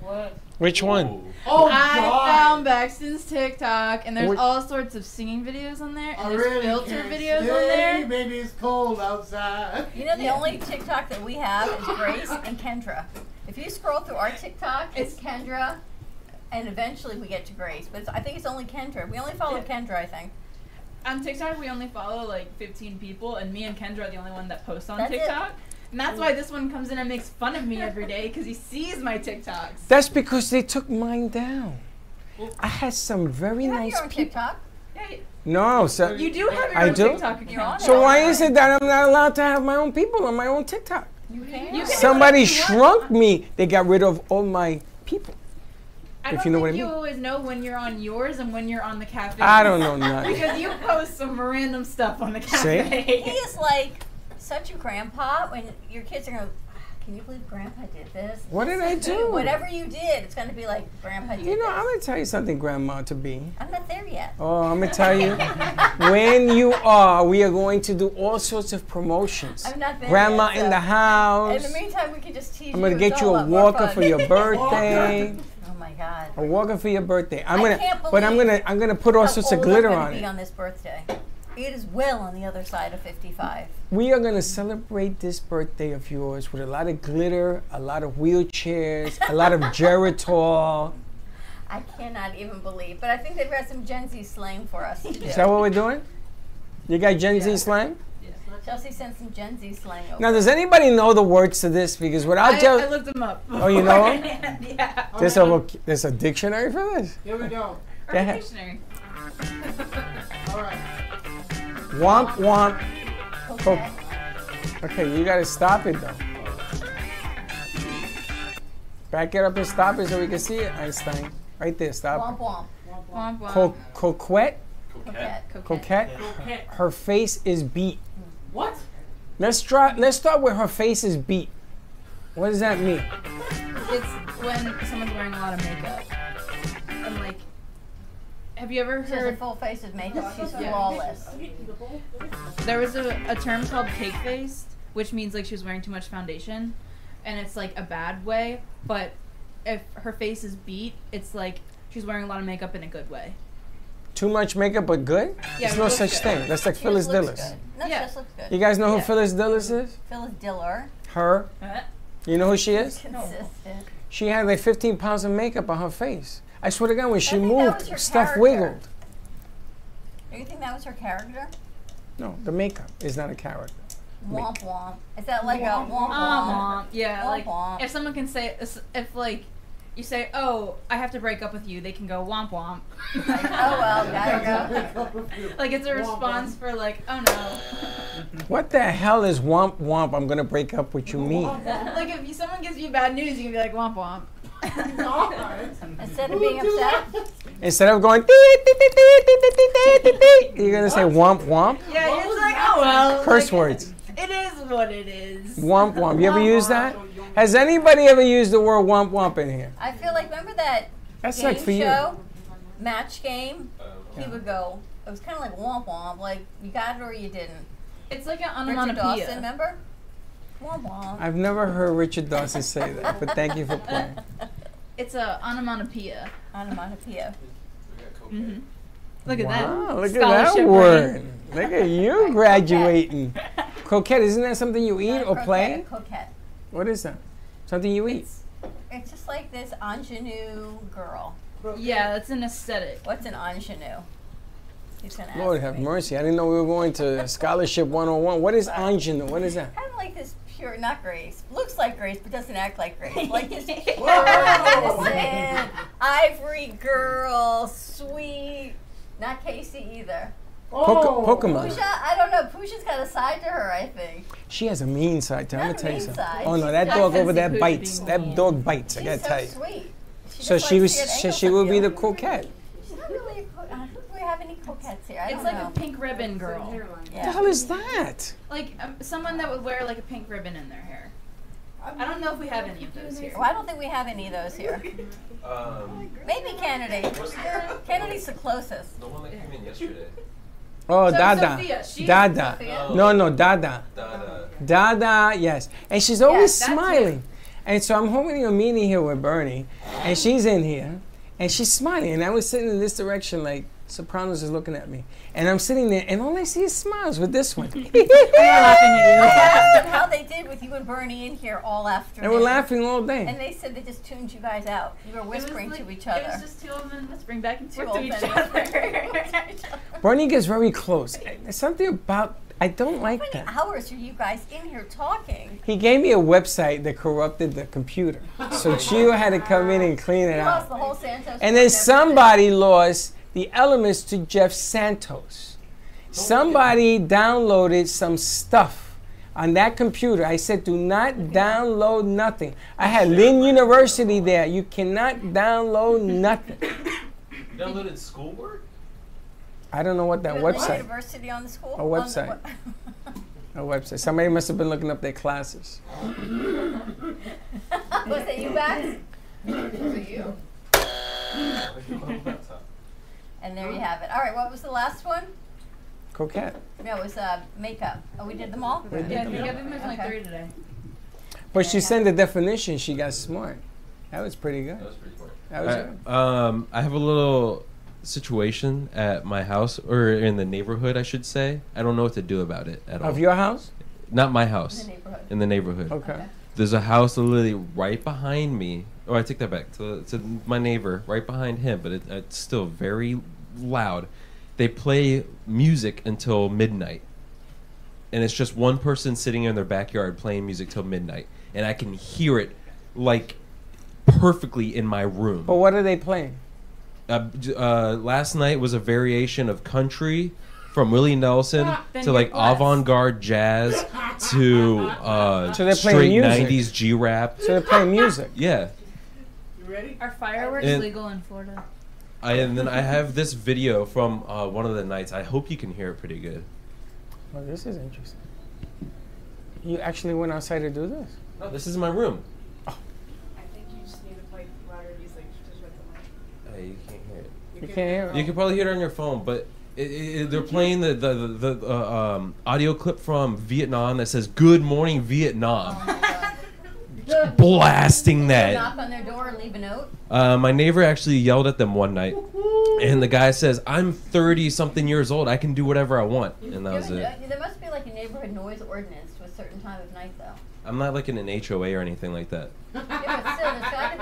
E: What?
D: Which one?
C: Oh,
E: I
C: God.
E: found Baxton's TikTok, and there's
C: Which-
E: all sorts of singing videos on there, and
C: I
E: there's
C: really
E: filter
C: can't
E: videos on
C: stay,
E: there.
C: Baby, it's cold outside.
A: You know, the only TikTok that we have is Grace and Kendra. If you scroll through our TikTok, it's Kendra, and eventually we get to Grace. But it's, I think it's only Kendra. We only follow Kendra, I think.
E: On TikTok, we only follow like 15 people, and me and Kendra are the only one that post on
A: That's it.
E: TikTok. And that's why this one comes in and makes fun of me every day because he sees my TikToks.
B: That's because they took mine down. I had some very nice.
A: on TikTok?
E: Yeah,
B: No, so
E: you do have your
B: I
E: own
B: do.
E: TikTok account.
B: So why is it that I'm not allowed to have my own people on my own TikTok? Uh,
A: You
E: can. You
B: Somebody shrunk me. They got rid of all my people.
E: I
B: if
E: don't
B: you know
E: think
B: what I mean.
E: you always know when you're on yours and when you're on the cafe.
B: I don't know nothing.
E: because you post some random stuff on the
B: See?
E: cafe.
A: He is like such a grandpa when your kids are going, can you believe grandpa did this?
B: What did I do?
A: Whatever you did, it's going to be like, grandpa did
B: You know,
A: this."
B: I'm gonna tell you something, Grandma to be.
A: I'm not there yet.
B: Oh, I'm gonna tell you. when you are, we are going to do all sorts of promotions.
A: I'm not there
B: Grandma
A: yet,
B: in the
A: so-
B: house.
A: In the meantime, we can just tease
B: I'm gonna
A: you.
B: get
A: It's
B: you
A: all
B: a
A: lot more
B: walker
A: fun.
B: for your birthday.
A: oh my God.
B: A walker for your birthday. I'm
A: I
B: gonna,
A: can't
B: but I'm
A: believe
B: gonna, I'm gonna put all
A: how
B: sorts of
A: old I'm
B: glitter
A: gonna
B: on
A: be
B: it.
A: on this birthday. It is well on the other side of 55.
B: we are going to celebrate this birthday of yours with a lot of glitter, a lot of wheelchairs, a lot of Geritol.
A: I cannot even believe, but I think they've got some Gen Z slang for us to do.
B: Is that what we're doing? You got Gen Z slang?
A: Chelsea sent some Gen Z slang over.
B: Now, does anybody know the words to this? Because without
H: I,
B: Gen-
H: I looked them up.
B: Oh, you know 'em?
H: yeah.
B: there's a voc- there's a dictionary for this.
H: Here we go.
B: Urban Yeah.
H: Dictionary.
C: All right.
B: Womp womp. Okay. okay, you gotta stop it though. Back it up and stop it so we can see it, Einstein. Right there, stop.
A: Womp womp.
E: Womp
B: it. Co- coquette,
A: Coquette.
B: coquette.
C: Coquette.
B: Her face is beat.
C: What?
B: Let's try. Let's start with her face is beat. What does that mean?
E: It's when someone's wearing a lot of makeup. And like, have you ever
A: She has a
E: heard?
A: full face of makeup. She's
E: Yeah.
A: flawless.
E: There was a, a term called cake faced, which means like she was wearing too much foundation, and it's like a bad way. But if her face is beat, it's like she's wearing a lot of makeup in a good way.
B: Too much makeup, but good?
E: Yeah,
B: There's
E: it
B: no
E: looks
B: such
E: good.
B: thing. That's like
A: She
B: Phyllis
A: just looks
B: Dillis.
A: good. No, she just looks good.
B: You guys know who
A: Yeah.
B: Phyllis Dillis is?
A: Phyllis Diller.
B: Her. You know who she is?
A: Consistent.
B: She had like 15 pounds of makeup on her face. I swear to God, when she moved,
A: was her
B: stuff
A: character.
B: wiggled.
A: Do you think that was her character?
B: No, the makeup is not a character.
A: Womp womp. Is that like a womp
E: Ah,
A: womp?
E: womp. Yeah,
A: Womp
E: like
A: womp.
E: if someone can say if like you say, "Oh, I have to break up with you," they can go womp womp.
A: oh well, gotta go.
E: Like it's a response for like, "Oh no."
B: What the hell is womp womp? I'm gonna break up with you mean?
E: like if you, someone gives you bad news, you can be like womp womp.
A: Instead of being upset,
B: Instead of going, "Dee, dee, dee, dee, dee, dee, dee, dee, dee," you're gonna say womp womp.
E: Yeah, it's like, "Oh well."
B: Curse
E: like,
B: words.
E: It is what it is.
B: Womp womp. You ever use that? Has anybody ever used the word womp womp in here?
A: I feel like remember that
B: That's
A: game
B: like for you.
A: show, match game. He would go. It was kind of like womp womp. Like you got it or you didn't.
E: It's like an
A: Richard
E: onomatopoeia.
A: Dawson, remember? Womp womp.
B: I've never heard Richard Dawson say that, but thank you for playing.
E: It's a onomatopoeia.
A: Onomatopoia.
E: hmm Look at
B: wow,
E: that.
B: Look at
E: Scholarship
B: that
E: rating.
B: word. Look at you graduating. Croquette, isn't that something you eat or
A: Croquette,
B: play?
A: Coquette.
B: What is that? Something you eat.
A: It's just like this ingenue girl.
E: Yeah, that's an aesthetic.
A: What's an ingenue? He's gonna
B: Lord have mercy. I didn't know we were going to scholarship 101. What is ingenue? What is that?
A: Kind of like this pure, not Grace. Looks like Grace, but doesn't act like Grace. Like this pure,
E: Whoa.
A: innocent, ivory girl, sweet. Not Casey either.
E: Oh.
B: Poke- Pokemon.
A: Pooja, I don't know. Pooja's got a side to her, I think.
B: She has a mean side to her. I'm
A: Not
B: gonna
A: a
B: tell you
A: mean
B: something.
A: side.
B: Oh no, that
A: She's
B: dog
A: just
B: over there
A: included
B: bites.
A: being
B: That dog bites. I
A: She's
B: gotta
A: so
B: tell you.
A: sweet. She
B: So
A: just
B: she was.
A: likes to get
B: So
A: angles
B: she
A: with
B: would
A: you.
B: be the coquette.
A: She's not really a co- I don't think we have any coquettes here. I
E: It's
A: don't
E: like
A: know.
E: a pink ribbon girl.
B: What the hell is that?
E: Like um, someone that would wear like a pink ribbon in their hair. I don't know if we have any of those here.
A: Um, Well, I don't think we have any of those here.
S: Um,
A: Maybe Kennedy.
S: What's the-
A: Kennedy's the closest.
S: the one that came in yesterday. Oh.
B: Oh,
A: So
B: Dada.
A: Sophia, she's
B: Dada.
A: Sophia?
B: No, no, Dada.
S: Dada.
B: Dada, yes. And she's always
S: that's
B: smiling. And so I'm holding a meeting here with Bernie, and she's in here, and she's smiling. And I was sitting in this direction, like Sopranos is looking at me. And I'm sitting there, and all I see is smiles with this one.
A: I asked them how they did with you and Bernie in here all afternoon.
B: And we're laughing all day.
A: And they said they just tuned you guys out. You were whispering to each other.
E: It was just two of them whispering back and
A: Two
E: forth to
A: old
E: each
A: men
E: other.
B: Bernie gets very close. There's something about, I don't like
A: How many
B: that.
A: hours are you guys in here talking?
B: He gave me a website that corrupted the computer. So Gio had to come in and clean it
A: You lost
B: out.
A: the whole Santos.
B: And then somebody lost the elements to Jeff Santos. Somebody downloaded some stuff on that computer. I said, do not download nothing. I had Lynn University there. You cannot download nothing.
S: You downloaded schoolwork?
B: I don't know what that
A: You had Lynn
B: website.
A: University on the school.
B: A
A: on the
B: website.
A: we-
B: A website. Somebody must have been looking up their classes.
A: was it you guys?
H: you?
A: And there you have it. All right, what was the last one?
B: Coquette.
A: No, it was uh, makeup. Oh, we did them all.
B: We did Yeah, them yeah, all.
E: we've mentioned like three today.
B: But she sent the definition. She got smart. That was pretty good. That was pretty good.
D: I, um, I have a little situation at my house, or in the neighborhood, I should say. I don't know what to do about it at all.
B: Of your house?
D: Not my house.
A: In the neighborhood.
D: In the neighborhood.
A: Okay. Okay.
D: There's a house literally right behind me. Oh, I take that back. To, to my neighbor, right behind him, but it, it's still very loud. They play music until midnight. And it's just one person sitting in their backyard playing music till midnight. And I can hear it like perfectly in my room
B: But what are they playing?
D: uh, j- uh, last night was a variation of country from Willie Nelson
B: Ah, Then
D: to like
B: you're blessed.
D: avant-garde jazz to uh,
B: So they're playing
D: straight
B: music.
D: '90s G-rap.
B: So they're playing music.
D: Yeah,
E: Are fireworks
D: And-
E: legal in Florida?
D: I, and then I have this video from uh, one of the nights. I hope you can hear it pretty good.
B: Oh, this is interesting. You actually went outside to do this?
D: No, Oh, this is my room.
H: think you just need to play louder music to shut the mic.
D: Uh, you can't hear it.
H: You You can't can't hear hear it. it.
D: You can probably hear it on your phone, but it, it, it- they're playing the the, the, the uh, um, audio clip from Vietnam that says "Good Morning Vietnam." Blasting that.
A: Knock on their door and leave a note.
D: Uh, my neighbor actually yelled at them one night, and the guy says, "I'm 30 something years old. I can do whatever I want," and that was
A: There-
D: it.
A: There must be like a neighborhood noise ordinance to a certain time of night, though.
D: I'm not like in an HOA or anything like that.
A: Yeah, but still, there's got to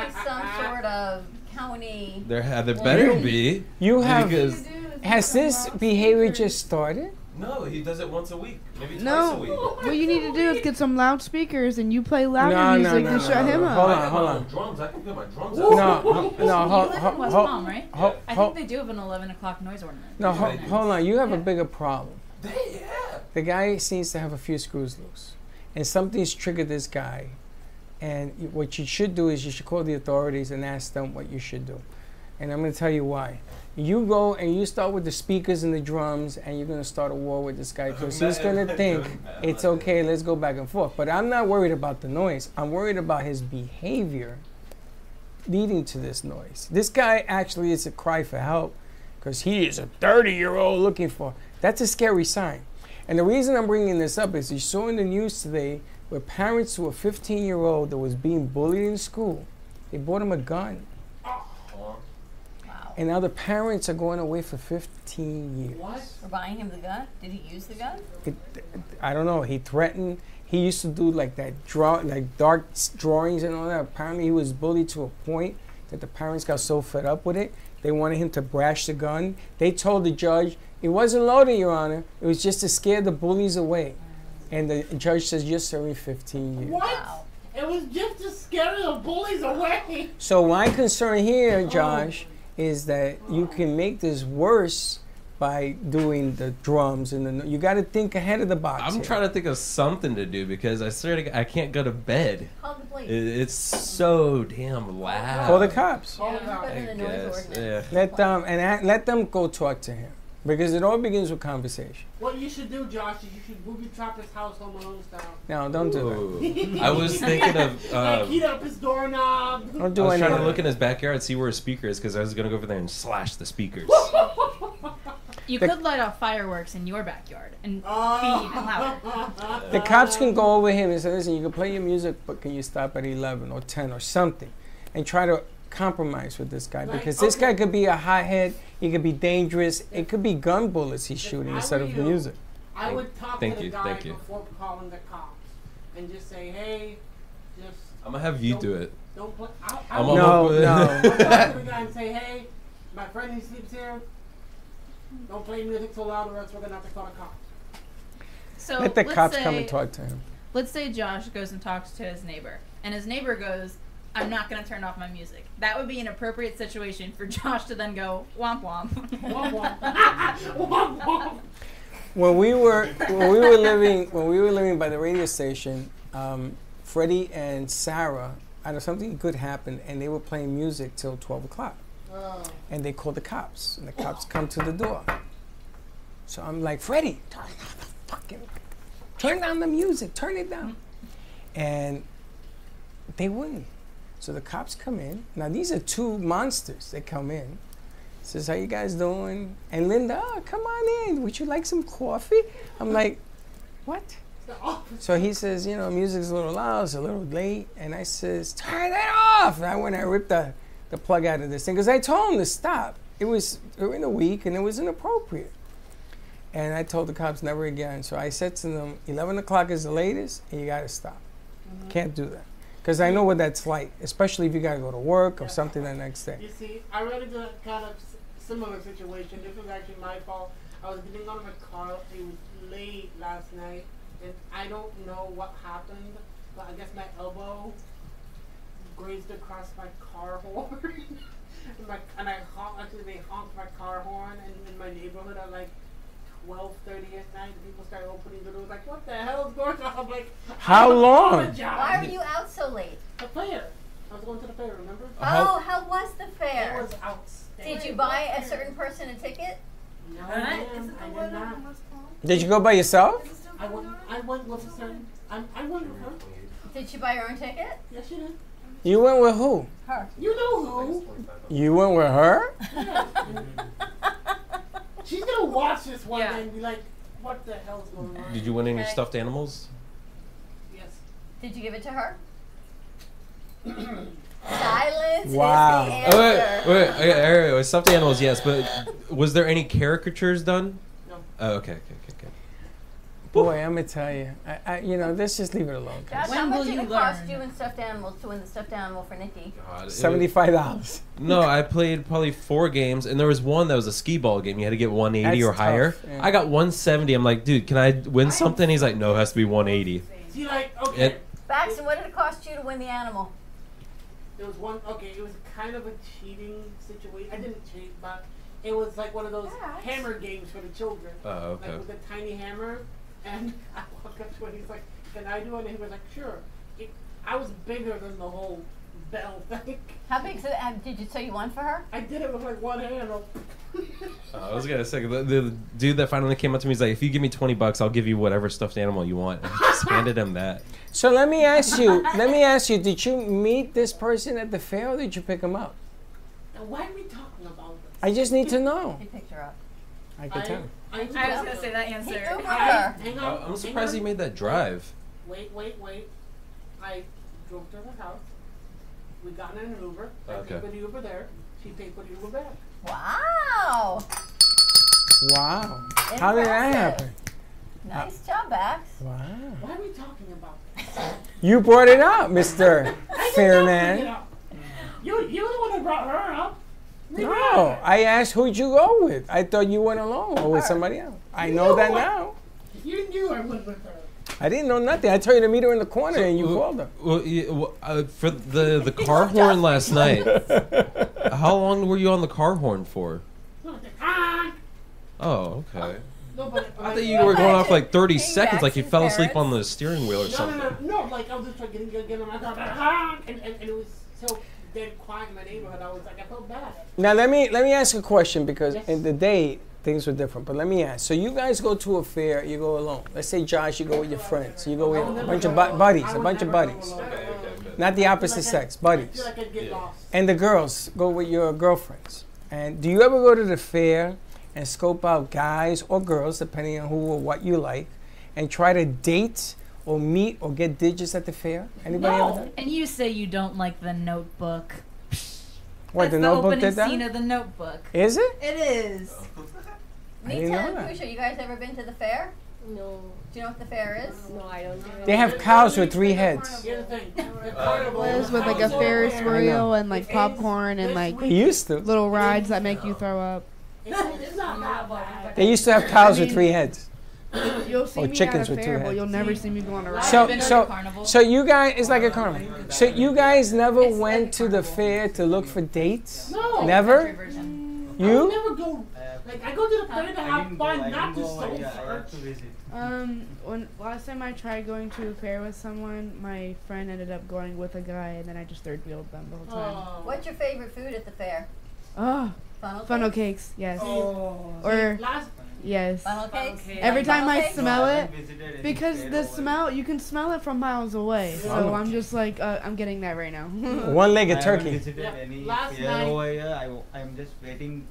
A: be some sort of county.
D: There, ha- there better be.
B: You have.
D: Because-
B: has this behavior just started?
D: No, he does it once a week, maybe twice a
F: No,
D: week.
F: what you need to do is get some loudspeakers and you play louder
B: No, no,
F: music
B: no,
F: to
B: no,
F: shut
B: no,
F: him
B: no.
F: up.
B: Hold
D: I
B: on,
D: have
B: hold
D: my
B: on.
D: own drums. I can play my drums.
B: No, ho- no,
E: you
B: hold,
E: live
B: hold,
E: in West
B: hold,
E: Palm, right?
B: Hold,
E: I
B: hold,
E: think they do have an 11 o'clock noise ordinance.
B: no, ho- hold on. You have a bigger problem. The guy seems to have a few screws loose, and something's triggered this guy. And y- what you should do is you should call the authorities and ask them what you should do. And I'm going to tell you why. You go and you start with the speakers and the drums, and you're going to start a war with this guy because he's going to think it's okay. Let's go back and forth. But I'm not worried about the noise. I'm worried about his behavior leading to this noise. This guy actually is a cry for help because he is a 30 year old looking for. That's a scary sign. And the reason I'm bringing this up is you saw in the news today where parents to a 15 year old that was being bullied in school, they bought him a gun. And now the parents are going away for 15 years.
A: What? For buying him the gun? Did he use the gun?
B: It, I don't know. He threatened. He used to do like that draw, like dark s- drawings and all that. Apparently, he was bullied to a point that the parents got so fed up with it, they wanted him to brash the gun. They told the judge it wasn't loaded, Your Honor. It was just to scare the bullies away. And the judge says you're serving 15 years.
C: What? It was just to scare the bullies away.
B: So my concern
A: Oh.
B: here, Josh, is that you can make this worse by doing the drums and the. You got to think ahead of the box.
D: I'm
B: here.
D: trying to think of something to do because I swear to God, I can't go to bed.
A: Call the police.
D: It, it's so damn loud.
B: Call the cops.
A: Call the cops. Better
D: I
A: than the noise
D: guess. Yeah.
B: Let them and a let them go talk to him because it all begins with conversation.
C: What you should do, Josh, is you should booby trap his house Home Alone style.
B: No, don't do
D: Ooh.
B: that.
D: I was thinking of.
C: like
D: Um,
C: heat up his doorknob.
B: Don't
D: I
B: do
D: was trying to
B: anything.
D: look in his backyard see where his speaker is because I was gonna go over there and slash the speakers.
E: You
B: The-
E: could light off fireworks in your backyard and be even louder.
B: The cops can go over him and say, "Listen, you can play your music, but can you stop at 11 or 10 or something?" And try to compromise with this guy
C: Right,
B: because this
C: okay.
B: guy could be a hothead. He could be dangerous. It could be gun bullets he's shooting
C: I
B: instead
C: were
B: of
C: you,
B: music.
C: I would talk
D: thank
C: to the
D: you,
C: guy
D: thank you.
C: before calling the cops and just say, hey, just.
D: I'm gonna have you
C: don't-
D: do it.
C: Don't play. I, I
D: I'm
C: would-
D: gonna No, hope- no.
C: I'll talk to the guy and say, hey, my friend who sleeps here, don't play music so loud or else we're gonna have to call the cops.
E: So
B: Let the
E: let's
B: cops come
E: say-
B: and talk to him.
E: Let's say Josh goes and talks to his neighbor, and his neighbor goes, I'm not going to turn off my music. That would be an appropriate situation for Josh to then go, womp womp.
C: womp womp. womp
B: when we were when we were living when we were living by the radio station, um, Freddie and Sarah, I know something good happened, and they were playing music till twelve o'clock,
C: Oh.
B: and they called the cops, and the cops come to the door. So I'm like, Freddie, turn down the fucking, turn down the music, turn it down, and they wouldn't. So the cops come in. Now these are two monsters. They come in. Says, how you guys doing? And Linda, oh, come on in. Would you like some coffee? I'm like, what? So he says, you know, music's a little loud, it's a little late. And I says, turn that off. And I went and I ripped the, the plug out of this thing because I told him to stop. It was during the week and it was inappropriate. And I told the cops never again. So I said to them, 11 o'clock is the latest, and you got to stop. Can't do that. Because I know what that's like, especially if you got to go to work or something the next day.
C: You see, I ran into a kind of s- similar situation. This was actually my fault. I was getting out of my car. It was late last night, and I don't know what happened, but I guess my elbow grazed across my car horn. and, my, and I honk, actually they honked my car horn, and in my neighborhood at like 12:30 at night, people started opening the doors like, "What the hell is going on?" I'm like,
B: How long?
A: Why were you out so late?
C: The fair. I was going to the fair. Remember?
D: Uh,
A: Oh, how was the fair?
C: It was outstanding.
A: Did you buy a certain person a ticket?
C: No,
A: Huh?
C: ma'am, I did not.
B: Did you go by yourself?
C: I went. I went with a certain. I'm, I went with her.
A: Did she buy her own ticket?
C: Yes, she did.
B: You went with who?
A: Her.
C: You know who?
B: You went with her?
C: She's gonna watch this one day and be like, "What the hell's going on?"
D: Did you win any
A: Okay.
D: stuffed animals?
C: Yes.
A: Did you give it to her? Silence
D: Wow.
A: is
D: Oh,
A: the
D: wait,
A: answer.
D: wait, okay, all right, wait, stuffed animals, yes, but was there any caricatures done?
C: No.
D: Oh, okay, okay, okay, okay.
B: Boy, I'm going to tell you. I, I, you know, let's just leave it alone.
A: That's
E: When
A: how much
E: will
A: it
E: you
A: cost
E: learn?
A: you in stuffed animals to win the stuffed animal for Nikki.
D: God, it was-
B: $75.
D: No, I played probably four games, and there was one that was a skee ball game. You had to get 180
B: That's
D: or higher.
B: tough, yeah.
D: I got 170. I'm like, dude, can I win something? He's like, no, it has to be 180.
C: She like, okay.
D: It,
A: Baxton, what did it cost you to win the animal?
C: It was one. Okay, it was kind of a cheating situation. I didn't cheat, but it was like one of those hammer games for the children.
D: Oh, okay.
C: Like with a tiny hammer, and I walked up to him. He's like, "Can I do it?" And he was like, "Sure." It, I was bigger than the whole bell thing.
A: How big is it? uh, Did you say you won for her?
C: I did it with like one hand.
D: Oh, I was gonna say the, the dude that finally came up to me. He's like, if you give me 20 bucks, I'll give you whatever stuffed animal you want. And I just handed him that.
B: So let me ask you, let me ask you, did you meet this person at the fair or did you pick him up?
C: Now, why are we talking about this?
B: I just need to know.
A: He picked her up.
B: I can tell.
C: I
E: I was gonna say that
C: He
E: answer.
C: Ubered
E: I-
C: her. Hang on,
D: I-
C: hang
D: Uh, I'm surprised
C: on.
D: he made that drive.
C: Wait, wait, wait. I drove to her house. We got in an Uber. I
D: Okay.
C: paid for the Uber there. She paid for the Uber back.
A: Wow.
B: Wow. How did that happen?
A: Nice job, Bax.
B: Wow.
C: Why are we talking about this?
B: Uh, You brought it up, Mr. Fair
C: You,
B: Man.
C: know, you, you're the one who brought her up.
B: No, I asked who'd you go with. I thought you went alone or with somebody else. I know that now.
C: You knew I went with her.
B: I didn't know nothing. I told you to meet her in the corner and you
D: Well,
B: called her.
D: well, yeah, well, uh, for the the car horn last night. How long were you on the car horn for? Oh, okay.
C: No, but
D: I thought you were going off like 30 seconds, like you fell asleep on the steering wheel or
C: No, no,
D: something.
C: no, no. Like I was just like getting getting on my car, ah, and, and, and it was so dead quiet in my neighborhood. I was like, I felt bad.
B: Now let me let me ask a question because in the day things were different. But let me ask. So you guys go to a fair, you go alone. Let's say Josh, you go with your friends, you go with a bunch of bu- buddies, a bunch of buddies, not the opposite sex, buddies. And the girls go with your girlfriends. And do you ever go to the fair and scope out guys or girls, depending on who or what you like, and try to date or meet or get digits at the fair? Anybody ever done?
T: And you say you don't like the notebook.
B: What
T: That's
B: the notebook
T: opening
B: did that?
T: scene of the notebook.
B: Is it?
T: It is.
R: Oh.
B: I
A: Me
B: didn't
A: too.
B: know
A: I'm
B: that.
A: pretty sure you guys ever been to the fair? No. Do you know what the fair is?
G: No, I don't. Know.
B: They have cows with three heads.
C: Here's the thing.
F: Lives with like a
R: Uh,
F: Ferris wheel and
M: Oh!
F: like popcorn and like
B: He used to. Oh,
F: little rides that make you throw up.
C: It's not that bad.
B: They used to have cows with three heads.
F: You'll see
B: Or
F: me at
B: chickens
F: a
B: with two
F: fair, but
B: heads.
F: you'll never see me going around.
B: So, so, so you guys, it's like a carnival. So you guys never went to the fair to look for dates?
C: No.
B: Never?
C: I would
B: You?
C: never go. Like I go to the fair to have fun, not to soul search.
F: Um, when last time I tried going to a fair with someone, my friend ended up going with a guy, and then I just third wheeled them the whole time.
G: Oh.
A: What's your favorite food at the fair?
F: Oh,
A: Funnel
F: funnel
A: cake?
F: cakes, yes.
A: Oh.
F: Or
A: Last-
F: yes.
A: Funnel cakes? Funnel
F: Every
A: cakes.
F: time
A: Funnel
F: I
A: cakes?
F: smell
A: No, I
F: it,
A: haven't visited in
F: because the smell you can smell it from miles away.
B: Funnel
F: So I'm just like, uh, I'm getting that right now.
B: One-legged
R: I
B: turkey.
R: haven't visited
B: Yeah,
R: any
A: last
R: fair
A: night-
R: over here. I, w- I'm just waiting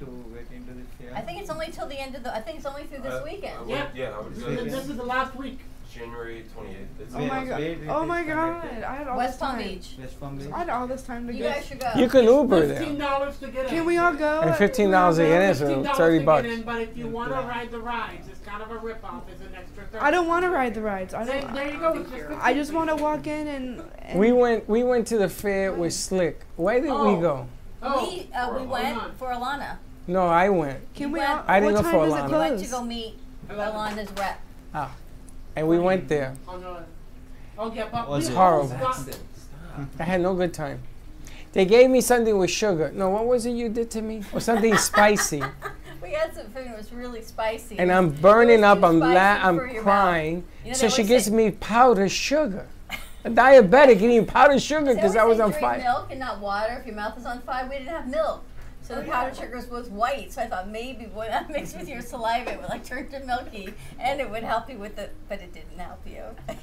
R: to get into the fair.
A: I think it's only till the end of the. I think it's only through this
R: Uh,
A: weekend.
R: I would- yeah, I would say
C: This is the last week.
S: January 28th. It's
F: Oh my
S: it's
F: god!
S: late.
F: Oh my
S: It's
F: god!
S: connected.
F: I had all
A: West
F: this
A: Palm
F: time.
A: Beach.
S: West Palm Beach.
F: I had all this time to
A: You
F: go.
A: guys should go.
B: You can Uber there.
C: Fifteen dollars to get in.
F: Can we all go?
B: And fifteen dollars a year, so
C: $15
B: thirty
C: to
B: bucks.
C: Get in, but if you want to ride the rides, it's kind of a rip off. It's an extra thirty.
F: I don't want to ride the rides. I don't.
C: Then there you go. It's just
F: I just want to walk in and. and
B: We went. We went to the fair with Slick. Where did
F: Oh.
B: we go?
S: Oh,
A: we uh, we went for Alana.
B: No, I went.
A: Can
F: we
A: went,
F: all-
B: I didn't
F: what
B: go
F: time
B: for
F: does it
A: We went to
B: Alana.
A: go meet Alana's rep.
B: Ah, and we went there.
C: on the. Oh yeah, but
B: Was
C: we
B: it?
C: all
B: Horrible.
C: stopped it.
B: I had no good time. They gave me something with sugar. No, what was it you did to me? Or something spicy.
A: We had some food that was really spicy.
B: And I'm burning up. I'm
A: spicy
B: la- I'm
A: for your mouth.
B: crying.
A: You know, they
B: so she
A: always
B: gives
A: say-
B: me powdered sugar. A diabetic eating powdered sugar
A: They
B: because I
A: always
B: was
A: say
B: on
A: drink
B: fire.
A: Milk and not water. If your mouth is on fire, we didn't have milk, so the powdered sugars was white. So I thought maybe when that mixed with your saliva, it would like turn to milky, and it would help you with it. But it didn't help you.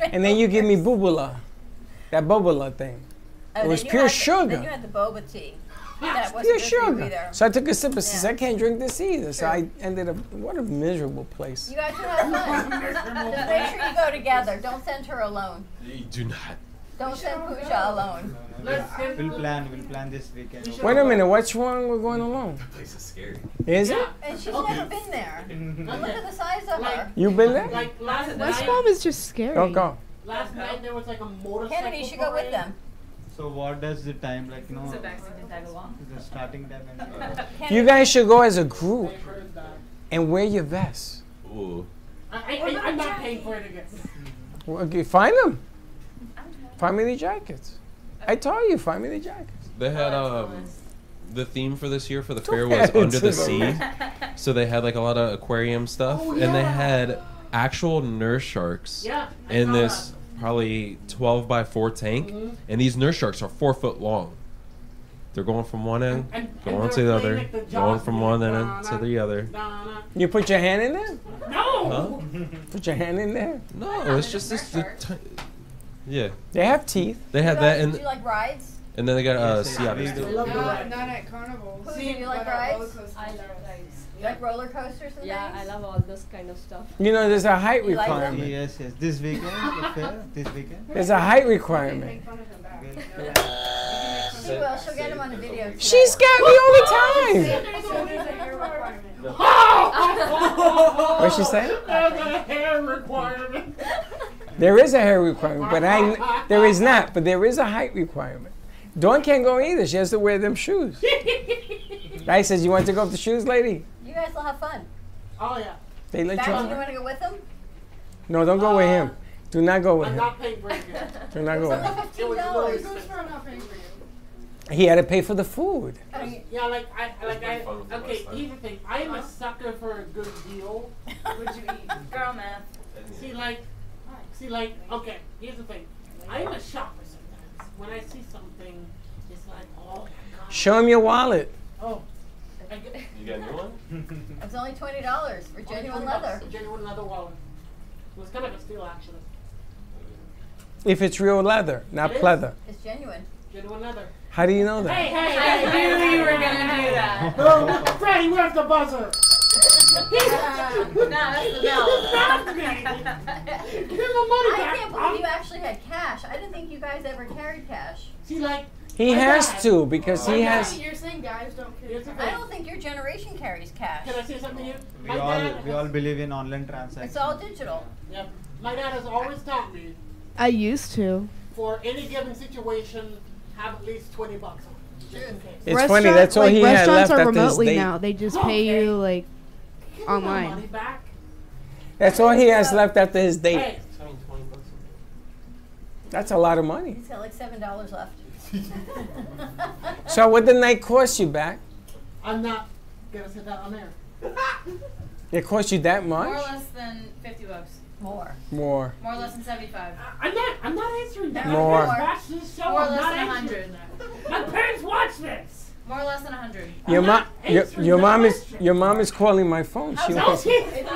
B: And then you give me bubula, that bubula thing.
A: Oh,
B: it
A: then
B: was
A: you
B: pure
A: had the- then you
B: sugar.
A: had the boba tea. That was
B: Pure
A: good for you
B: sugar.
A: either.
B: So I took a sip and says, I can't drink this either. So I ended up, what a miserable place.
A: You guys should have fun. Just make sure you go together. Don't send her alone.
D: You do not.
A: Don't send Pooja alone.
R: We'll plan. We'll plan this weekend.
B: Wait a minute, what's wrong with going alone? That
S: place is scary.
B: Is it?
A: And she's never been there. And look at the size of her.
B: You been there?
C: Like last
F: West
C: night,
F: Palm is just scary.
B: Don't go.
C: last night there was like a motorcycle.
A: Kennedy should go with
C: parade.
A: them.
R: So what does the time like? You know,
T: Mexican tag along.
R: the starting time and.
B: You guys should go as a group and wear your vests.
D: Ooh.
C: I, I, I, I'm not paying for it again.
B: Well, okay, find them. Family jackets. I told you, family jackets.
C: Oh,
D: They had um, the theme for this year for the fair
B: add
D: was
B: it
D: under
B: to
D: the
B: the
D: sea,
B: list.
D: so they had like a lot of aquarium stuff,
C: Oh,
D: and they
C: yeah.
D: had actual nurse sharks
C: Yeah, I
D: in
C: saw
D: this probably twelve by four tank,
C: Mhm.
D: and these nurse sharks are four foot long. They're going from one end,
C: And- and
D: going to
C: they're
D: the
C: playing,
D: other,
C: like, the
D: going
C: Jaws
D: from
C: music.
D: one end to the other.
B: You put your hand in there?
D: Huh?
C: No.
B: Put your hand in there?
D: No, Oh, it's just this. The t- yeah,
B: They have teeth.
D: they had
A: You
D: that,
A: guys-
D: and
A: Do you like rides?
D: and then they got uh, sea otters.
F: Not,
D: too.
F: not at carnival.
A: Pooja, do you like rides?
G: I love rides.
A: You like roller coasters and
G: Yeah, I
A: things?
G: love all those kind of stuff.
B: You know, there's a height
G: You like them?
B: requirement.
R: Yes, yes. This weekend, the fair. This weekend.
B: There's a height requirement.
A: She will. She'll get him on the video. today.
B: She's got me all the time.
C: Oh. What'd
B: she say?
C: There's a hair requirement.
B: There is a hair requirement, but I there is not. But there is a height requirement. Dawn can't go either. She has to wear them shoes. I says, "You want to go up the shoes, lady?
A: You guys will have fun.
C: Oh yeah.
B: They let you."
A: Bash, you
B: on.
A: want to go with them?
B: No, don't go with him. Do not go with
C: I'm
B: him.
C: not paying for it again.
B: Do not go with him.
C: It was
A: $15.
C: really expensive.
B: He had to pay for the food.
C: Yeah, like I, like I.
S: fun with the
C: Okay,
S: last time.
C: here's the thing. I am a sucker for a good deal.
T: Would you eat girl math?
C: See, like, see, like. Okay, here's the thing. I am a shopper sometimes. When I see something, it's like, oh my god.
B: Show him your wallet.
C: Oh. I get-
S: You got a new one?
A: It's only twenty dollars for
C: Only
A: genuine
C: $20.
A: leather.
C: Genuine leather wallet. It was kind of a steal, actually.
B: If it's real leather, not
C: It is.
B: pleather.
A: It's genuine.
C: Genuine leather.
B: How do you know that?
C: Hey, hey,
T: I
C: hey,
T: knew
C: hey,
T: you were
C: hey,
T: gonna
C: hey,
T: do
C: hey.
T: that.
C: Oh, Freddie, where's the buzzer?
T: No, that's the
C: Give
T: bell.
C: him the money
A: I
C: back.
A: can't
C: I'm-
A: believe you actually had cash. I didn't think you guys ever carried cash.
C: See, like,
B: He
C: my
B: has
C: dad-
B: to because he has.
H: You're saying guys don't care.
C: Here's the
A: I
C: thing.
A: don't think your generation carries cash.
C: Can I say something here?
R: We
C: My
R: all
C: dad,
R: we all believe in online transactions.
A: It's all digital.
C: yeah, my dad has always taught me
F: I used to.
C: for any given situation, have at least 20 bucks on it. Just in case.
B: It's funny. That's all
F: like,
B: he had
F: restaurants
B: left
F: are
B: after his
F: remotely
B: date.
F: now. They just pay you like
C: Give me my money
F: online.
C: back.
B: That's all he has left after his date.
C: Hey,
S: I mean, 20 bucks.
B: That's a lot of money.
A: He's got like seven dollars left.
B: So what the night cost you back?
C: I'm not gonna say that on air.
B: It cost you that
T: More or
B: much?
T: less than fifty bucks.
A: More.
B: More.
T: More or less than seventy-five.
C: I'm not. I'm not answering that.
B: More.
C: My parents watch this show.
T: More or
C: I'm
T: less
C: not
T: than a
C: answering
T: hundred.
C: that. My parents watch this.
T: More or less than a hundred.
B: Your mom,
C: not
B: your,
C: answering
B: your
C: the
B: mom is
C: question.
B: your mom is calling my phone. She
C: No,
B: wants.
C: she-
A: How's it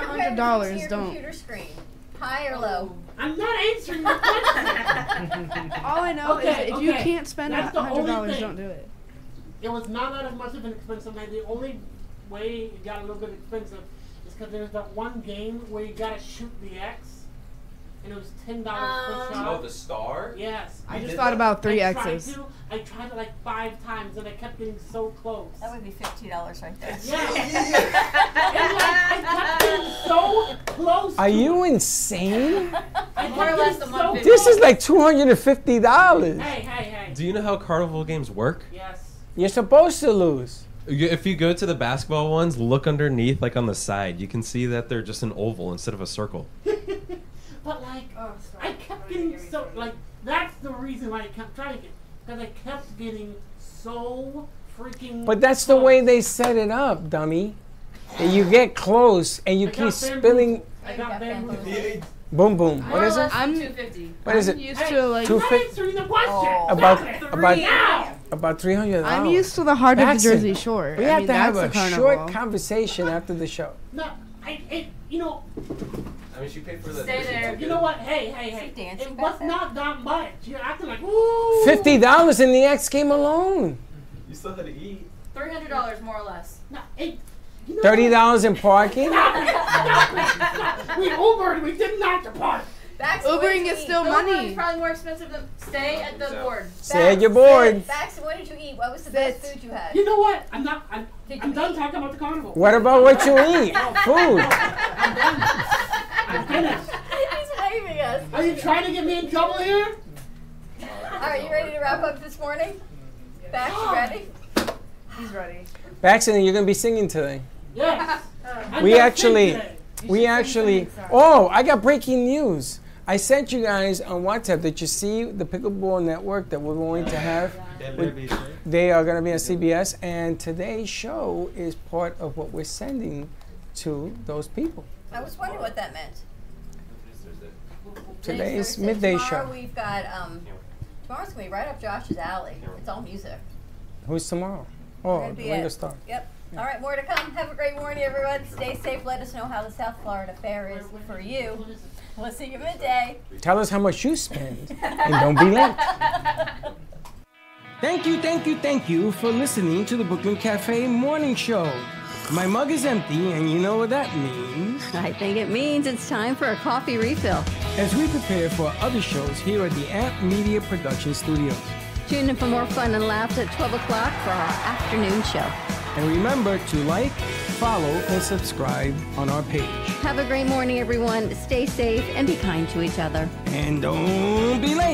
A: compared
F: $100,
A: to your
F: don't.
A: computer screen? High or low?
C: I'm not answering the question.
F: All I know is
C: Okay,
F: that if you
C: okay.
F: can't spend
C: That's the
F: hundred
C: only
F: dollars,
C: thing.
F: don't do it.
C: it was not that as much of an expensive night. The only way it got a little bit expensive is because there's that one game where you gotta shoot the X, and it was ten dollars per
S: Um,
C: shot.
S: Oh, the star?
C: Yes.
S: I
F: just did thought that. about three
C: I tried
F: Xs.
C: to- I tried it like five times, and I kept getting so close. That
A: would be fifty dollars right there.
C: Yeah. And, like, I kept getting so close.
B: Are you insane?
C: I More or less the so
B: This is like two hundred and fifty dollars.
C: hey, hey.
M: Do you know how carnival games work?
C: Yes.
B: You're supposed to lose.
M: You- If you go to the basketball ones, look underneath, like on the side. You can see that they're just an oval instead of a circle.
C: But like, I kept getting so like that's the reason why I kept trying it because I kept getting so freaking.
B: But that's the way they set it up, dummy. And you get close and you keep spilling.
C: I got bamboozled.
B: Boom, boom. What
C: More
B: is
C: or
B: it?
C: less I'm- 250.
B: What is
F: I'm
B: it?
F: used to, like-
B: Two
F: I'm
B: fif-
C: answering the question.
B: about
F: Stop it. Three
B: about
F: now.
B: about three hundred.
F: I'm used to the heart of the Jersey Shore.
B: We
F: I
B: have
F: mean,
B: to have a
F: that's the
B: short
F: carnival.
B: conversation after the show.
C: No, I it you know
S: I mean, she paid for that.
C: Stay
S: This is
C: there.
S: good.
C: You know what? Hey, hey, hey. It was not that much. You're acting like ooh.
B: Fifty dollars in the X game alone.
S: You still had to eat.
T: Three hundred dollars more or less.
C: No, it,
B: Thirty dollars in parking.
C: we Ubered. We did not depart.
T: That's
F: Ubering
T: way
F: is
T: to
F: still
T: eat. Ubering
F: money.
T: is probably more expensive than stay at the board.
B: Say you're bored.
A: Bax, what did you eat? What was the best food you had?
C: You know what? I'm not. I'm, I'm done talking about the carnival. Oh,
B: What about what you eat? Food.
C: I'm finished.
A: He's blaming us.
C: Are you trying to get me in trouble here?
A: All right, you ready to wrap up this morning? Bax, you ready? He's ready.
B: Baxton, you're gonna be singing today.
C: Yes.
B: we actually, we actually. Oh, I got breaking news. I sent you guys on WhatsApp. Did you see the pickleball network that we're going to have? with- They are going to be on CBS, and today's show is part of what we're sending to those people.
A: I was wondering what that meant.
B: Today's
A: Thursday.
B: midday
A: Tomorrow
B: show.
A: We've got um, tomorrow's gonna be right up Josh's alley. It's all music.
B: Who's tomorrow?
A: We're
B: Oh,
A: gonna be
B: Ringo
A: at-
B: Starr.
A: Yep. All right, more to come. Have a great morning, everyone. Stay safe. Let us know how the South Florida fair is for you. We'll see you midday.
B: Tell us how much you spend, and don't be late. Thank you, thank you, thank you for listening to the Brooklyn Cafe Morning Show. My mug is empty, and you know what that means.
M: I think it means it's time for a coffee refill.
B: As we prepare for other shows here at the Amp Media Production Studios.
M: Tune in for more fun and laughs at 12 o'clock for our afternoon show.
B: And remember to like, follow, and subscribe on our page.
M: Have a great morning, everyone. Stay safe and be kind to each other.
B: And don't be late.